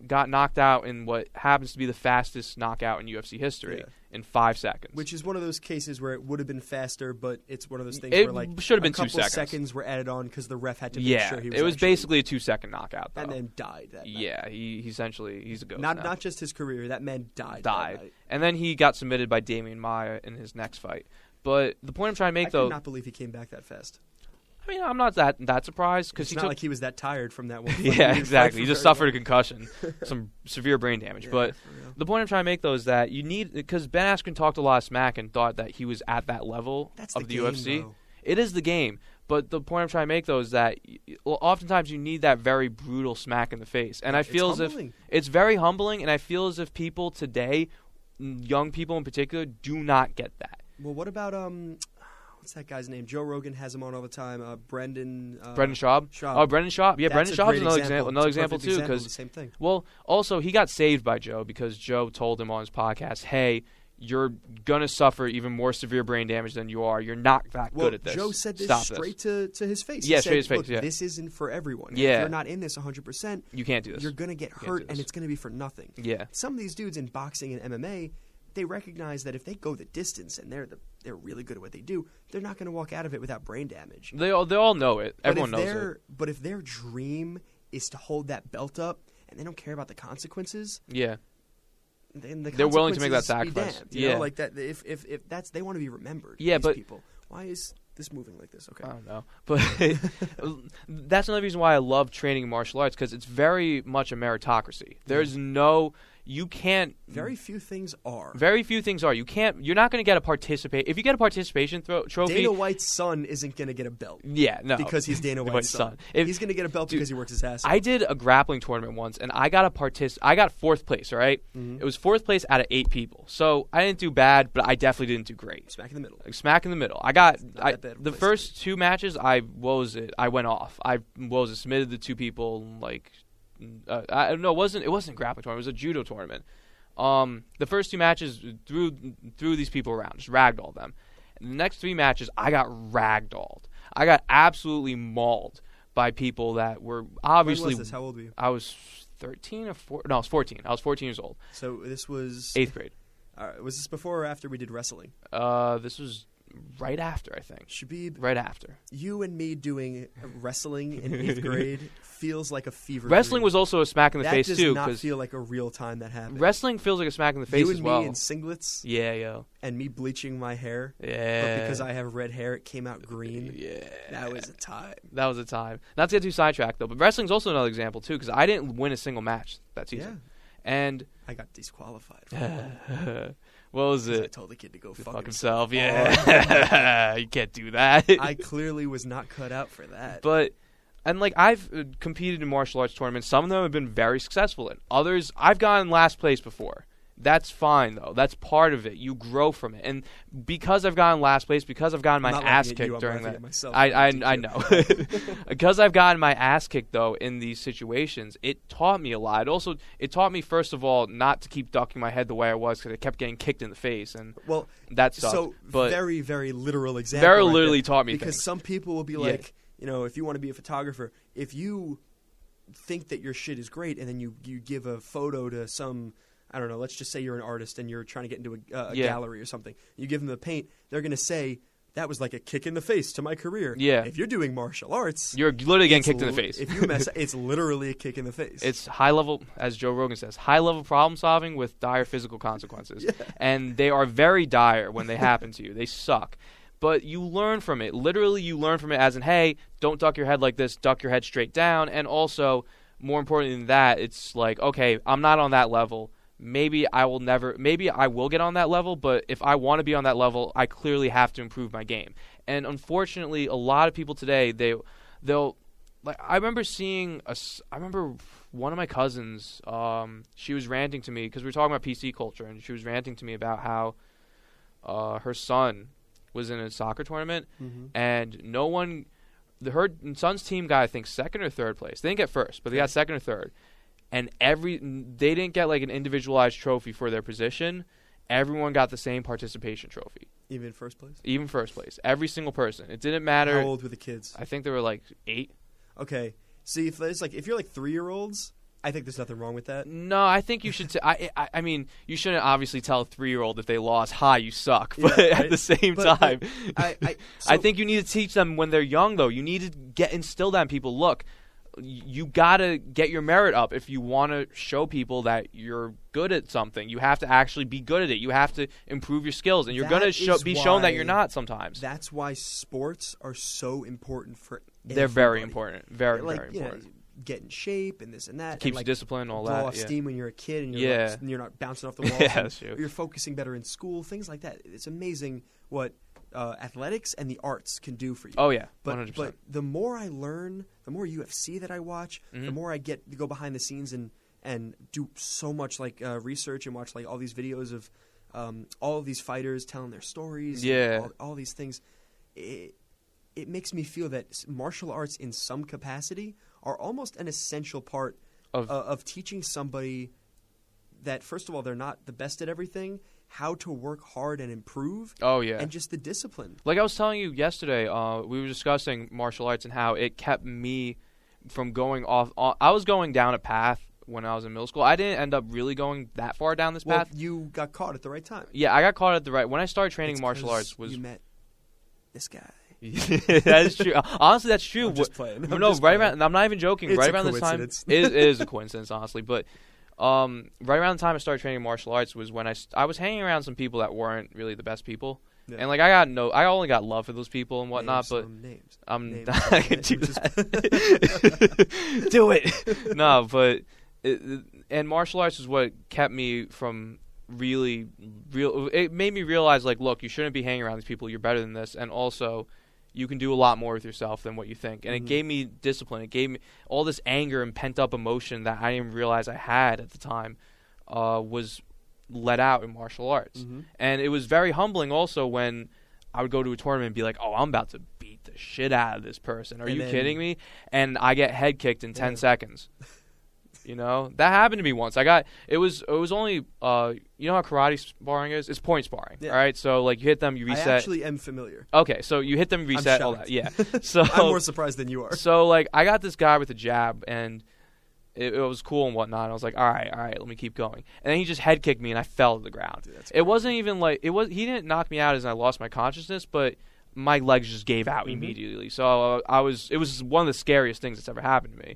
[SPEAKER 1] got knocked out in what happens to be the fastest knockout in UFC history
[SPEAKER 2] Yeah.
[SPEAKER 1] in five seconds.
[SPEAKER 2] Which is one of those cases where it would have been faster, but it's one of those things
[SPEAKER 1] It
[SPEAKER 2] where like
[SPEAKER 1] should have been
[SPEAKER 2] a
[SPEAKER 1] two
[SPEAKER 2] couple
[SPEAKER 1] seconds.
[SPEAKER 2] were added on because the ref had to make
[SPEAKER 1] yeah,
[SPEAKER 2] sure he was.
[SPEAKER 1] it was
[SPEAKER 2] actually-
[SPEAKER 1] basically a two-second knockout. Though.
[SPEAKER 2] that man died. That night.
[SPEAKER 1] yeah, he, he essentially he's a ghost.
[SPEAKER 2] not
[SPEAKER 1] now.
[SPEAKER 2] not just his career. That man died. that
[SPEAKER 1] died,
[SPEAKER 2] night.
[SPEAKER 1] and then he got submitted by Damian Maya in his next fight. But the point I'm trying to make,
[SPEAKER 2] I
[SPEAKER 1] though,
[SPEAKER 2] could not believe he came back that fast.
[SPEAKER 1] I mean, I'm not that that surprised because
[SPEAKER 2] It's
[SPEAKER 1] he
[SPEAKER 2] not
[SPEAKER 1] took
[SPEAKER 2] like he was that tired from that one. fight. He
[SPEAKER 1] yeah,
[SPEAKER 2] didn't fight
[SPEAKER 1] exactly.
[SPEAKER 2] for
[SPEAKER 1] He just
[SPEAKER 2] very
[SPEAKER 1] suffered a
[SPEAKER 2] long.
[SPEAKER 1] concussion, some severe brain damage.
[SPEAKER 2] Yeah,
[SPEAKER 1] but
[SPEAKER 2] for real.
[SPEAKER 1] the point I'm trying to make though is that you need because Ben Askren talked a lot of smack and thought that he was at that level
[SPEAKER 2] That's
[SPEAKER 1] of
[SPEAKER 2] the
[SPEAKER 1] the,
[SPEAKER 2] game,
[SPEAKER 1] UFC.
[SPEAKER 2] though.
[SPEAKER 1] It is the game, but the point I'm trying to make though is that y- y- well, oftentimes you need that very brutal smack in the face, and I
[SPEAKER 2] It's
[SPEAKER 1] feel as if
[SPEAKER 2] humbling.
[SPEAKER 1] it's very humbling, and I feel as if people today, n- young people in particular, do not get that.
[SPEAKER 2] Well, what about um, what's that guy's name? Joe Rogan has him on all the time. Uh, Brendan. Uh,
[SPEAKER 1] Brendan Schaub.
[SPEAKER 2] Schaub.
[SPEAKER 1] Oh, Brendan Schaub. Yeah,
[SPEAKER 2] That's
[SPEAKER 1] Brendan
[SPEAKER 2] a
[SPEAKER 1] Schaub's
[SPEAKER 2] great
[SPEAKER 1] another example. another
[SPEAKER 2] It's a
[SPEAKER 1] example
[SPEAKER 2] perfect
[SPEAKER 1] too,
[SPEAKER 2] example of
[SPEAKER 1] because
[SPEAKER 2] the same thing.
[SPEAKER 1] Well, also he got saved by Joe because Joe told him on his podcast, "Hey, you're gonna suffer even more severe brain damage than you are. You're not that
[SPEAKER 2] Well,
[SPEAKER 1] good at this.
[SPEAKER 2] Joe said this
[SPEAKER 1] Stop
[SPEAKER 2] straight To, to his face.
[SPEAKER 1] Yeah,
[SPEAKER 2] he
[SPEAKER 1] straight
[SPEAKER 2] said,
[SPEAKER 1] to his face,
[SPEAKER 2] Look,
[SPEAKER 1] yeah.
[SPEAKER 2] This isn't for everyone. If
[SPEAKER 1] Yeah.
[SPEAKER 2] you're not in this 100, percent
[SPEAKER 1] this. You can't do this.
[SPEAKER 2] you're gonna get
[SPEAKER 1] do
[SPEAKER 2] hurt, and
[SPEAKER 1] this.
[SPEAKER 2] it's gonna be for nothing.
[SPEAKER 1] yeah,
[SPEAKER 2] Some of these dudes in boxing and MMA, they recognize that if they go the distance and they're the, they're really good at what they do, they're not gonna walk out of it without brain damage.
[SPEAKER 1] they all they all know it. Everyone
[SPEAKER 2] but if
[SPEAKER 1] knows
[SPEAKER 2] their,
[SPEAKER 1] it.
[SPEAKER 2] But if their dream is to hold that belt up and they don't care about the consequences,
[SPEAKER 1] Yeah,
[SPEAKER 2] then the
[SPEAKER 1] They're willing to make that
[SPEAKER 2] consequences be
[SPEAKER 1] sacrifice.
[SPEAKER 2] damned, you
[SPEAKER 1] Yeah.
[SPEAKER 2] know? like that. If if if that's they want to be remembered.
[SPEAKER 1] Yeah,
[SPEAKER 2] these
[SPEAKER 1] but- Uh,
[SPEAKER 2] people, why is this moving like this? Okay,
[SPEAKER 1] I don't know, but that's another reason why I love training in martial arts because it's very much a meritocracy. There's no you can't
[SPEAKER 2] very few things are.
[SPEAKER 1] very few things are you can't you're not gonna get a participate if you get a participation thro- trophy.
[SPEAKER 2] Dana White's son isn't going to get a belt
[SPEAKER 1] yeah, no,
[SPEAKER 2] because he's Dana White's,
[SPEAKER 1] White's
[SPEAKER 2] son.
[SPEAKER 1] son. If-
[SPEAKER 2] he's going to get a belt
[SPEAKER 1] dude,
[SPEAKER 2] because he works his ass. off.
[SPEAKER 1] I did a grappling tournament once, and I got a partic- I got fourth place. All right? it was fourth place out of eight people, so I didn't do bad, but I definitely didn't do great.
[SPEAKER 2] Smack in the middle.
[SPEAKER 1] Like smack in the middle. I got
[SPEAKER 2] not
[SPEAKER 1] I,
[SPEAKER 2] that bad of a
[SPEAKER 1] the
[SPEAKER 2] place to
[SPEAKER 1] first two matches. I what was it? I went off. I what was it? Submitted the two people. Like uh, I no, it wasn't it wasn't a grappling tournament. It was a judo tournament. Um, the first two matches threw threw these people around, just ragdolled them. And the next three matches, I got ragdolled. I got absolutely mauled by people that were
[SPEAKER 2] When was
[SPEAKER 1] obviously
[SPEAKER 2] this? How old were you?
[SPEAKER 1] I was 13 or 4 no, I was 14. I was 14 years old.
[SPEAKER 2] So this was.
[SPEAKER 1] 8th grade.
[SPEAKER 2] all right, was this before or after we did wrestling?
[SPEAKER 1] Uh this was right after, I think.
[SPEAKER 2] Shabib,
[SPEAKER 1] Right after.
[SPEAKER 2] you and me doing wrestling in eighth grade feels like a fever.
[SPEAKER 1] Wrestling
[SPEAKER 2] dream.
[SPEAKER 1] was also a smack in the
[SPEAKER 2] that
[SPEAKER 1] face
[SPEAKER 2] does
[SPEAKER 1] too
[SPEAKER 2] not
[SPEAKER 1] cuz
[SPEAKER 2] feel like a real time that happened.
[SPEAKER 1] wrestling feels like a smack in the face
[SPEAKER 2] you and
[SPEAKER 1] as well.
[SPEAKER 2] me in singlets
[SPEAKER 1] yeah, yo.
[SPEAKER 2] and me bleaching my hair,
[SPEAKER 1] Yeah.
[SPEAKER 2] but because I have red hair, it came out green.
[SPEAKER 1] yeah.
[SPEAKER 2] That was a time.
[SPEAKER 1] That was a time. Not to get too sidetracked though, but wrestling's also another example too cuz I didn't win a single match that season. And
[SPEAKER 2] I got disqualified. For one,
[SPEAKER 1] what was
[SPEAKER 2] 'cause I
[SPEAKER 1] it?
[SPEAKER 2] told the kid to go
[SPEAKER 1] Fuck
[SPEAKER 2] fuck himself.
[SPEAKER 1] himself. Yeah. you can't do that.
[SPEAKER 2] I clearly was not cut out for that.
[SPEAKER 1] but and like I've uh, competed in martial arts tournaments. Some of them have been very successful in. Others I've gotten last place before. That's fine though. That's part of it. You grow from it. And because I've gotten last place, because I've gotten my
[SPEAKER 2] I'm not
[SPEAKER 1] ass
[SPEAKER 2] laughing at you,
[SPEAKER 1] kicked
[SPEAKER 2] I'm
[SPEAKER 1] during
[SPEAKER 2] laughing
[SPEAKER 1] that.
[SPEAKER 2] at myself.
[SPEAKER 1] I I,
[SPEAKER 2] Thank
[SPEAKER 1] I
[SPEAKER 2] you.
[SPEAKER 1] know because I've gotten my ass kicked though in these situations. It taught me a lot. It also it taught me first of all not to keep ducking my head the way I was because I kept getting kicked in the face and
[SPEAKER 2] well,
[SPEAKER 1] that sucked.
[SPEAKER 2] so
[SPEAKER 1] but
[SPEAKER 2] very, very literal example.
[SPEAKER 1] Very
[SPEAKER 2] right there.
[SPEAKER 1] literally taught me
[SPEAKER 2] because
[SPEAKER 1] things.
[SPEAKER 2] some people will be
[SPEAKER 1] Yeah.
[SPEAKER 2] like, you know, if you want to be a photographer, if you think that your shit is great, and then you you give a photo to some. I don't know. Let's just say you're an artist and you're trying to get into a, uh, a
[SPEAKER 1] Yeah.
[SPEAKER 2] gallery or something. You give them the paint, they're going to say that was like a kick in the face to my career.
[SPEAKER 1] Yeah.
[SPEAKER 2] If you're doing martial arts,
[SPEAKER 1] you're literally getting
[SPEAKER 2] it's
[SPEAKER 1] kicked in
[SPEAKER 2] li-
[SPEAKER 1] the face.
[SPEAKER 2] If you mess, it's literally a kick in the face.
[SPEAKER 1] It's high level, as Joe Rogan says, high level problem solving with dire physical consequences. And they are very dire when they happen to you. They suck. But you learn from it. Literally, you learn from it as in, hey, don't duck your head like this, duck your head straight down. And also, more important than that, it's like, okay, I'm not on that level. Maybe I will never, maybe I will get on that level, but if I want to be on that level, I clearly have to improve my game. And unfortunately, a lot of people today, they, they'll, like I remember seeing a s I remember one of my cousins. Um, she was ranting to me because we were talking about PC culture, and she was ranting to me about how uh, her son was in a soccer tournament,
[SPEAKER 2] Mm-hmm.
[SPEAKER 1] and no one, the her son's team got I think second or third place. They didn't get first, but they got second or third, and every they didn't get like an individualized trophy for their position. Everyone got the same participation trophy,
[SPEAKER 2] Even first place.
[SPEAKER 1] even first place. Every single person. It didn't matter.
[SPEAKER 2] How old were the kids?
[SPEAKER 1] I think there were like eight.
[SPEAKER 2] Okay. See, if there's like if you're like three year olds, I think there's nothing wrong with that.
[SPEAKER 1] No, I think you should. T- I, I I mean, you shouldn't obviously tell a three year old if they lost, "Hi, you suck."
[SPEAKER 2] Yeah,
[SPEAKER 1] But
[SPEAKER 2] right.
[SPEAKER 1] at the same
[SPEAKER 2] But-
[SPEAKER 1] time,
[SPEAKER 2] but I I,
[SPEAKER 1] I
[SPEAKER 2] so-
[SPEAKER 1] think you need to teach them when they're young, though. You need to get instill that in people. Look, y- you gotta get your merit up if you want to show people that you're good at something. You have to actually be good at it. You have to improve your skills, and you're
[SPEAKER 2] That
[SPEAKER 1] gonna show,
[SPEAKER 2] is
[SPEAKER 1] be shown that
[SPEAKER 2] why-
[SPEAKER 1] you're not sometimes.
[SPEAKER 2] that's why sports are so important for.
[SPEAKER 1] They're very
[SPEAKER 2] everybody.
[SPEAKER 1] important. Very
[SPEAKER 2] like,
[SPEAKER 1] very
[SPEAKER 2] you know,
[SPEAKER 1] important.
[SPEAKER 2] get in shape and this and that.
[SPEAKER 1] Keeps
[SPEAKER 2] and, like,
[SPEAKER 1] discipline and all
[SPEAKER 2] blow
[SPEAKER 1] that.
[SPEAKER 2] off
[SPEAKER 1] yeah.
[SPEAKER 2] steam when you're a kid and you're,
[SPEAKER 1] Yeah.
[SPEAKER 2] not, you're not bouncing off the walls.
[SPEAKER 1] Yeah,
[SPEAKER 2] and
[SPEAKER 1] that's true.
[SPEAKER 2] You're focusing better in school, things like that. It's amazing what uh, athletics and the arts can do for you.
[SPEAKER 1] Oh yeah,
[SPEAKER 2] but,
[SPEAKER 1] one hundred
[SPEAKER 2] but
[SPEAKER 1] percent.
[SPEAKER 2] the more I learn, the more UFC that I watch, the
[SPEAKER 1] Mhm.
[SPEAKER 2] more I get to go behind the scenes and, and do so much like uh, research and watch like all these videos of um, all of these fighters telling their stories. and
[SPEAKER 1] Yeah.
[SPEAKER 2] all, all these things. It, it makes me feel that s- martial arts, in some capacity, are almost an essential part
[SPEAKER 1] Of-
[SPEAKER 2] uh, of teaching somebody that first of all they're not the best at everything, how to work hard and improve,
[SPEAKER 1] Oh yeah.
[SPEAKER 2] and just the discipline.
[SPEAKER 1] Like I was telling you yesterday, uh, we were discussing martial arts and how it kept me from going off. o- I was going down a path when I was in middle school. I didn't end up really going that far down this
[SPEAKER 2] Well,
[SPEAKER 1] path.
[SPEAKER 2] you got caught at the right time.
[SPEAKER 1] Yeah, I got caught at the right when I started training
[SPEAKER 2] It's
[SPEAKER 1] martial
[SPEAKER 2] 'cause
[SPEAKER 1] arts was.
[SPEAKER 2] you met this guy.
[SPEAKER 1] that's true. Honestly, that's true.
[SPEAKER 2] I'm just
[SPEAKER 1] Wh-
[SPEAKER 2] playing.
[SPEAKER 1] no,
[SPEAKER 2] I'm
[SPEAKER 1] right
[SPEAKER 2] just playing.
[SPEAKER 1] around. and I'm not even joking.
[SPEAKER 2] It's
[SPEAKER 1] right
[SPEAKER 2] a
[SPEAKER 1] around this time,
[SPEAKER 2] coincidence.
[SPEAKER 1] it, is- it is a coincidence, honestly. But um, right around the time I started training martial arts was when I s- I was hanging around some people that weren't really the best people,
[SPEAKER 2] Yeah.
[SPEAKER 1] and like I got no, I only got love for those people and whatnot.
[SPEAKER 2] Names
[SPEAKER 1] but
[SPEAKER 2] on names.
[SPEAKER 1] I'm
[SPEAKER 2] Name
[SPEAKER 1] not
[SPEAKER 2] drop
[SPEAKER 1] gonna
[SPEAKER 2] it,
[SPEAKER 1] do
[SPEAKER 2] which is-
[SPEAKER 1] that. do it. no, but it, and martial arts is what kept me from really real. It made me realize like, look, you shouldn't be hanging around these people. You're better than this, and also. You can do a lot more with yourself than what you think, and
[SPEAKER 2] Mhm.
[SPEAKER 1] it gave me discipline. It gave me all this anger and pent up emotion that I didn't realize I had at the time uh, was let out in martial arts.
[SPEAKER 2] Mhm.
[SPEAKER 1] And it was very humbling also when I would go to a tournament and be like, oh, I'm about to beat the shit out of this person. Are
[SPEAKER 2] And
[SPEAKER 1] you
[SPEAKER 2] then-
[SPEAKER 1] kidding me? And I get head kicked in 10
[SPEAKER 2] Yeah.
[SPEAKER 1] seconds. You know, that happened to me once. I got it was it was only uh you know how karate sparring is? It's point sparring.
[SPEAKER 2] Yeah.
[SPEAKER 1] All right? So like you hit them, you reset.
[SPEAKER 2] I actually am familiar.
[SPEAKER 1] okay, so you hit them, you reset all
[SPEAKER 2] shocked.
[SPEAKER 1] that. Yeah. So
[SPEAKER 2] I'm more surprised than you are.
[SPEAKER 1] so like I got this guy with a jab and it, it was cool and whatnot. I was like, all right, all right, let me keep going. And then he just head kicked me and I fell to the ground.
[SPEAKER 2] Dude, that's
[SPEAKER 1] it wasn't even like it was. He didn't knock me out as I lost my consciousness, but my legs just gave out
[SPEAKER 2] Mhm.
[SPEAKER 1] immediately. So uh, I was. It was one of the scariest things that's ever happened to me.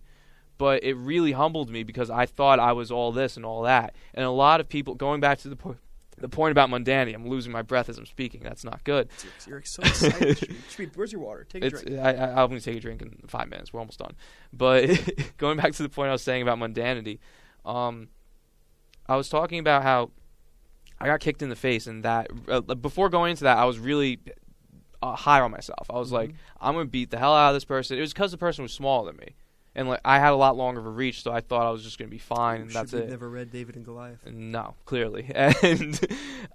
[SPEAKER 1] But it really humbled me because I thought I was all this and all that. And a lot of people going back to the po- the point about mundanity. I'm losing my breath as I'm speaking. That's not good.
[SPEAKER 2] Dude, You're so excited. Shreep, where's your water? Take a
[SPEAKER 1] It's,
[SPEAKER 2] drink.
[SPEAKER 1] I, I, I'll only take a drink in five minutes. We're almost done. But going back to the point I was saying about mundanity, um, I was talking about how I got kicked in the face, and that uh, before going into that, I was really uh, high on myself. I was like,
[SPEAKER 2] Mhm.
[SPEAKER 1] I'm gonna beat the hell out of this person. It was because the person was smaller than me, and like I had a lot longer of a reach, so I thought I was just gonna be fine, and
[SPEAKER 2] Should
[SPEAKER 1] that's
[SPEAKER 2] we have
[SPEAKER 1] it.
[SPEAKER 2] Never read David and Goliath.
[SPEAKER 1] No, clearly, and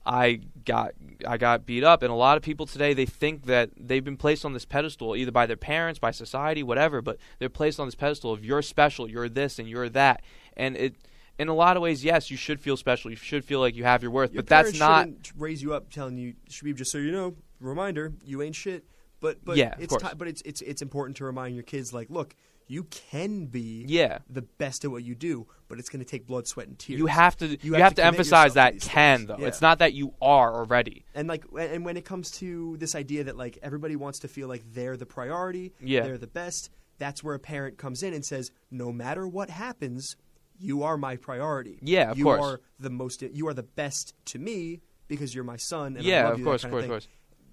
[SPEAKER 1] I got I got beat up, and a lot of people today they think that they've been placed on this pedestal either by their parents, by society, whatever, but they're placed on this pedestal of you're special, you're this, and you're that, and it. In a lot of ways, yes, you should feel special. You should feel like you have your worth,
[SPEAKER 2] Your
[SPEAKER 1] but that's
[SPEAKER 2] parents
[SPEAKER 1] not.
[SPEAKER 2] shouldn't raise you up, telling you Shabib. Just so you know, reminder, you ain't shit. But but
[SPEAKER 1] Yeah, of
[SPEAKER 2] it's
[SPEAKER 1] course.
[SPEAKER 2] ti- but it's it's it's important to remind your kids like, look, you can be
[SPEAKER 1] Yeah,
[SPEAKER 2] the best at what you do, but it's going to take blood, sweat, and tears.
[SPEAKER 1] you have to. You,
[SPEAKER 2] have
[SPEAKER 1] have,
[SPEAKER 2] to
[SPEAKER 1] to,
[SPEAKER 2] commit yourself
[SPEAKER 1] emphasize
[SPEAKER 2] to
[SPEAKER 1] that
[SPEAKER 2] these
[SPEAKER 1] can
[SPEAKER 2] things.
[SPEAKER 1] though.
[SPEAKER 2] Yeah.
[SPEAKER 1] It's not that you are already.
[SPEAKER 2] and like and when it comes to this idea that like everybody wants to feel like they're the priority
[SPEAKER 1] Yeah.
[SPEAKER 2] they're the best that's where a parent comes in and says no matter what happens you are my priority
[SPEAKER 1] Yeah, of
[SPEAKER 2] you
[SPEAKER 1] course.
[SPEAKER 2] are the most you are the best to me because you're my son and I
[SPEAKER 1] yeah,
[SPEAKER 2] love
[SPEAKER 1] of
[SPEAKER 2] you," that
[SPEAKER 1] course, of
[SPEAKER 2] kind
[SPEAKER 1] course, of
[SPEAKER 2] thing.
[SPEAKER 1] course.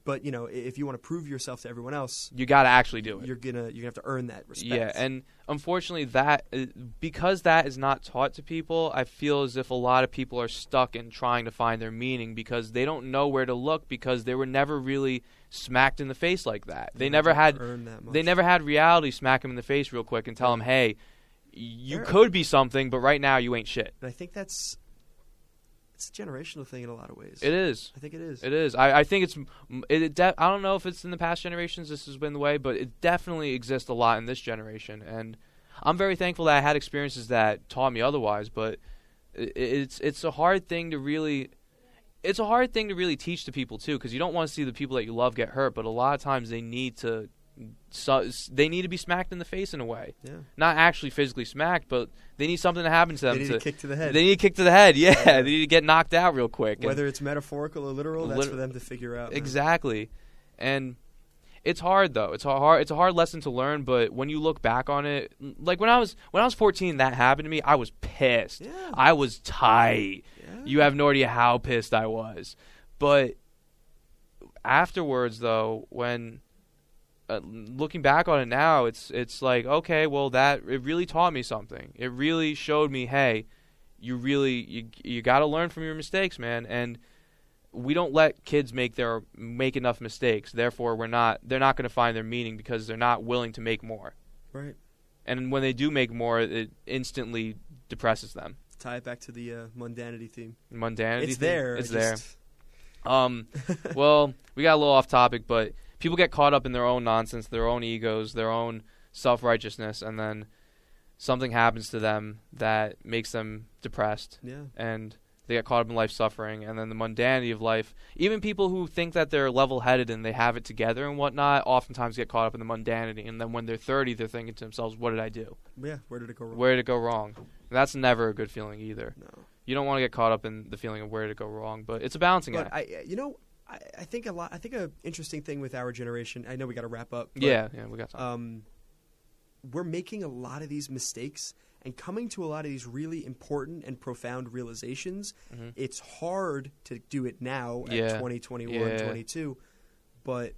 [SPEAKER 2] but you know i- if you want to prove yourself to everyone else
[SPEAKER 1] You got to actually do it.
[SPEAKER 2] you're gonna you're gonna have to earn that respect
[SPEAKER 1] Yeah, and unfortunately, that uh, because that is not taught to people, I feel as if a lot of people are stuck in trying to find their meaning because they don't know where to look because they were never really smacked in the face like that. They
[SPEAKER 2] You
[SPEAKER 1] never
[SPEAKER 2] have to
[SPEAKER 1] had
[SPEAKER 2] earn that much.
[SPEAKER 1] they never had reality smack them in the face real quick and tell them, hey, you
[SPEAKER 2] There-
[SPEAKER 1] could be something, but right now you ain't shit.
[SPEAKER 2] and i think that's it's a generational thing in a lot of ways
[SPEAKER 1] It is.
[SPEAKER 2] i think it is
[SPEAKER 1] It is. I, I think it's. m- It, it de- I don't know if it's in the past generations. This has been the way, but it definitely exists a lot in this generation. And I'm very thankful that I had experiences that taught me otherwise. But i it's it's a hard thing to really. it's a hard thing to really teach to people too because you don't want to see the people that you love get hurt but a lot of times they need to so, they need to be smacked in the face in a way
[SPEAKER 2] Yeah.
[SPEAKER 1] not actually physically smacked but they need something to happen to them
[SPEAKER 2] They need
[SPEAKER 1] to,
[SPEAKER 2] a kick to the head.
[SPEAKER 1] they need a kick to the head yeah they need to get knocked out real quick and-
[SPEAKER 2] Whether it's metaphorical or literal, that's
[SPEAKER 1] Lit-
[SPEAKER 2] for them to figure out. man.
[SPEAKER 1] exactly and it's hard though it's a hard it's a hard lesson to learn but when you look back on it like when i was when i was 14 that happened to me i was pissed
[SPEAKER 2] Yeah.
[SPEAKER 1] i was tight
[SPEAKER 2] Yeah.
[SPEAKER 1] you have no idea how pissed I was. But afterwards, though, when uh, looking back on it now, it's it's like okay, well that it really taught me something. It really showed me, hey, you really you you got to learn from your mistakes, man. And we don't let kids make their make enough mistakes. Therefore, we're not they're not going to find their meaning because they're not willing to make more.
[SPEAKER 2] Right.
[SPEAKER 1] And when they do make more, it instantly depresses them.
[SPEAKER 2] Tie it back to the uh, mundanity theme.
[SPEAKER 1] Mundanity.
[SPEAKER 2] it's
[SPEAKER 1] thing-
[SPEAKER 2] there.
[SPEAKER 1] It's
[SPEAKER 2] I
[SPEAKER 1] there.
[SPEAKER 2] just-
[SPEAKER 1] Um, well, we got a little off topic, but people get caught up in their own nonsense, their own egos, their own self righteousness, and then something happens to them that makes them depressed,
[SPEAKER 2] yeah.
[SPEAKER 1] and they get caught up in life suffering, and then the mundanity of life. Even people who think that they're level headed and they have it together and whatnot, oftentimes get caught up in the mundanity, and then when they're thirty, they're thinking to themselves, "What did I do?
[SPEAKER 2] Yeah. Where did it go wrong?
[SPEAKER 1] Where did it go wrong?" And that's never a good feeling either.
[SPEAKER 2] no.
[SPEAKER 1] You don't want to get caught up in the feeling of where did it go wrong, but it's a balancing
[SPEAKER 2] But
[SPEAKER 1] act.
[SPEAKER 2] I, I- you know, I, I think a lot. I think a interesting thing with our generation. I know we got to wrap up. but,
[SPEAKER 1] yeah, yeah, we got time.
[SPEAKER 2] Um, we're making a lot of these mistakes and coming to a lot of these really important and profound realizations.
[SPEAKER 1] Mhm.
[SPEAKER 2] It's hard to do it now at
[SPEAKER 1] Yeah.
[SPEAKER 2] 20, 21,
[SPEAKER 1] Yeah.
[SPEAKER 2] 22, but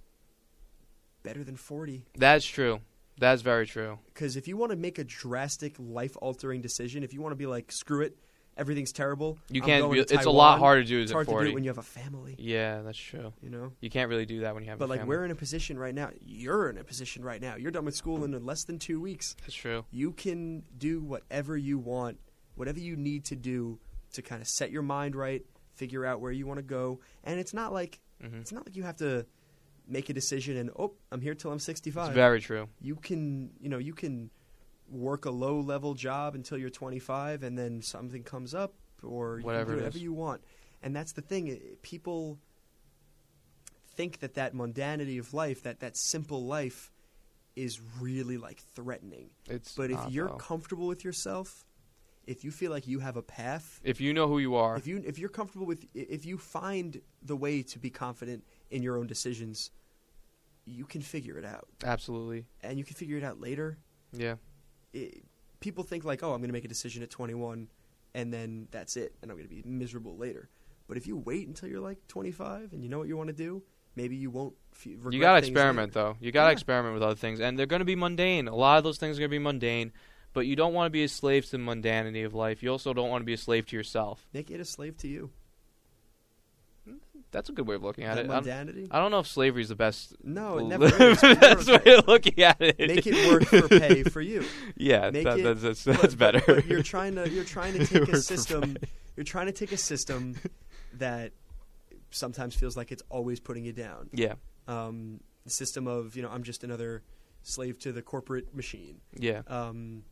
[SPEAKER 2] better than 40.
[SPEAKER 1] That's true. That's very true.
[SPEAKER 2] Because if you want to make a drastic life altering decision, if you want to be like, screw it, everything's terrible.
[SPEAKER 1] You
[SPEAKER 2] I'm
[SPEAKER 1] can't.
[SPEAKER 2] going
[SPEAKER 1] Be,
[SPEAKER 2] to
[SPEAKER 1] it's a lot
[SPEAKER 2] Taiwan,"
[SPEAKER 1] harder to do
[SPEAKER 2] It's
[SPEAKER 1] than
[SPEAKER 2] hard to do
[SPEAKER 1] forty.
[SPEAKER 2] it when you have a family,
[SPEAKER 1] yeah, that's true.
[SPEAKER 2] you know?
[SPEAKER 1] You can't really do that when you have. a
[SPEAKER 2] But like
[SPEAKER 1] family.
[SPEAKER 2] we're in a position right now. You're in a position right now. You're done with school in less than two weeks.
[SPEAKER 1] that's true.
[SPEAKER 2] You can do whatever you want, whatever you need to do to kind of set your mind right, figure out where you want to go, and it's not like
[SPEAKER 1] hmm
[SPEAKER 2] it's not like you have to make a decision and oh, I'm here till I'm
[SPEAKER 1] It's
[SPEAKER 2] 65.
[SPEAKER 1] very true.
[SPEAKER 2] you can you know you can work a low level job until you're 25, and then something comes up, or you
[SPEAKER 1] Whatever
[SPEAKER 2] can
[SPEAKER 1] it
[SPEAKER 2] do whatever
[SPEAKER 1] is.
[SPEAKER 2] you want. And that's the thing. i- People think that that mundanity of life, that that simple life, is really like threatening.
[SPEAKER 1] It's.
[SPEAKER 2] But if
[SPEAKER 1] not,
[SPEAKER 2] you're
[SPEAKER 1] though.
[SPEAKER 2] comfortable with yourself, if you feel like you have a path,
[SPEAKER 1] if you know who you are,
[SPEAKER 2] if you if you're comfortable with i- if you find the way to be confident in your own decisions, you can figure it out,
[SPEAKER 1] absolutely.
[SPEAKER 2] and you can figure it out later.
[SPEAKER 1] Yeah.
[SPEAKER 2] It, people think like, oh, I'm going to make a decision at 21, and then that's it, and I'm going to be miserable later. But if you wait until you're like 25 and you know what you want to do, maybe you won't. F- regret
[SPEAKER 1] you gotta
[SPEAKER 2] things
[SPEAKER 1] experiment
[SPEAKER 2] later.
[SPEAKER 1] though. You gotta
[SPEAKER 2] Yeah.
[SPEAKER 1] experiment with other things, and they're gonna be mundane. A lot of those things are gonna be mundane, but you don't want to be a slave to the mundanity of life. You also don't want to be a slave to yourself.
[SPEAKER 2] Make it a slave to you.
[SPEAKER 1] That's a good way of looking at
[SPEAKER 2] That
[SPEAKER 1] it. I don't,
[SPEAKER 2] mundanity.
[SPEAKER 1] I don't know if slavery is the best.
[SPEAKER 2] No, it never is.
[SPEAKER 1] best way of looking at it.
[SPEAKER 2] Make it work for pay for you.
[SPEAKER 1] Yeah,
[SPEAKER 2] Make
[SPEAKER 1] that,
[SPEAKER 2] it-
[SPEAKER 1] that's, that's, that's better.
[SPEAKER 2] But you're trying to you're trying to take
[SPEAKER 1] Work
[SPEAKER 2] a
[SPEAKER 1] for
[SPEAKER 2] system you're trying to take a system that sometimes feels like it's always putting you down.
[SPEAKER 1] yeah,
[SPEAKER 2] Um, the system of you know I'm just another slave to the corporate machine.
[SPEAKER 1] yeah.
[SPEAKER 2] Um,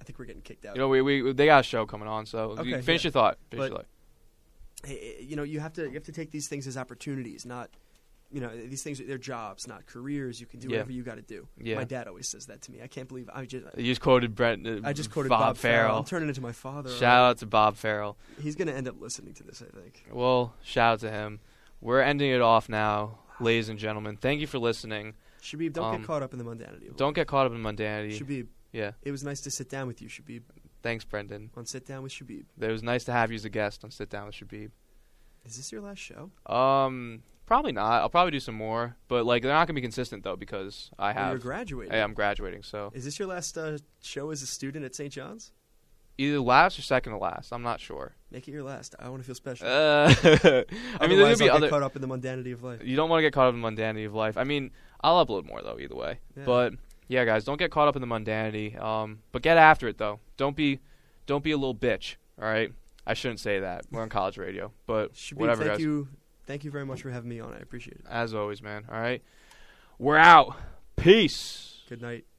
[SPEAKER 2] I think we're getting kicked out.
[SPEAKER 1] You know, we, we they got a show coming on, so you
[SPEAKER 2] Okay,
[SPEAKER 1] finish
[SPEAKER 2] yeah.
[SPEAKER 1] your thought. Finish
[SPEAKER 2] But-
[SPEAKER 1] your thought.
[SPEAKER 2] Hey, eh, you know you have to you have to take these things as opportunities, not you know these things they're jobs, not careers. You can do
[SPEAKER 1] Yeah.
[SPEAKER 2] whatever you got to do.
[SPEAKER 1] Yeah.
[SPEAKER 2] My dad always says that to me. I can't believe I just
[SPEAKER 1] You just quoted Brent. Uh,
[SPEAKER 2] I just quoted
[SPEAKER 1] Bob,
[SPEAKER 2] I'm
[SPEAKER 1] Farrell.
[SPEAKER 2] turning into my father.
[SPEAKER 1] Shout out to Bob Farrell.
[SPEAKER 2] He's going to end up listening to this, I think.
[SPEAKER 1] Well, shout out to him. We're ending it off now, ladies and gentlemen. Thank you for listening.
[SPEAKER 2] Shabib, don't
[SPEAKER 1] Um,
[SPEAKER 2] get caught up in the mundanity. of
[SPEAKER 1] Don't get caught up in mundanity.
[SPEAKER 2] Shabib,
[SPEAKER 1] yeah,
[SPEAKER 2] it was nice to sit down with you, Shabib.
[SPEAKER 1] thanks, Brendan.
[SPEAKER 2] On sit down with Shabib.
[SPEAKER 1] It was nice to have you as a guest on Sit Down with Shabib.
[SPEAKER 2] Is this your last show?
[SPEAKER 1] Um, probably not. I'll probably do some more, but like they're not gonna be consistent though because I
[SPEAKER 2] Well, you're
[SPEAKER 1] have.
[SPEAKER 2] graduating.
[SPEAKER 1] I am graduating, so
[SPEAKER 2] Is this your last uh, show as a student at St. John's?
[SPEAKER 1] either last or second to last. I'm not sure.
[SPEAKER 2] Make it your last. I want to feel special.
[SPEAKER 1] Uh, I mean, there's
[SPEAKER 2] Otherwise,
[SPEAKER 1] gonna be
[SPEAKER 2] I'll get
[SPEAKER 1] other.
[SPEAKER 2] caught up in the mundanity of life.
[SPEAKER 1] You don't want to get caught up in the mundanity of life. I mean, I'll upload more though, either way.
[SPEAKER 2] Yeah.
[SPEAKER 1] But yeah, guys, don't get caught up in the mundanity. Um, but get after it though. Don't be, don't be a little bitch. All right. I shouldn't say that. We're on college radio, but
[SPEAKER 2] Shabib,
[SPEAKER 1] whatever,
[SPEAKER 2] thank
[SPEAKER 1] guys.
[SPEAKER 2] you. Thank you very much for having me on. I appreciate it.
[SPEAKER 1] As always, man. All right. We're out. Peace.
[SPEAKER 2] Good night.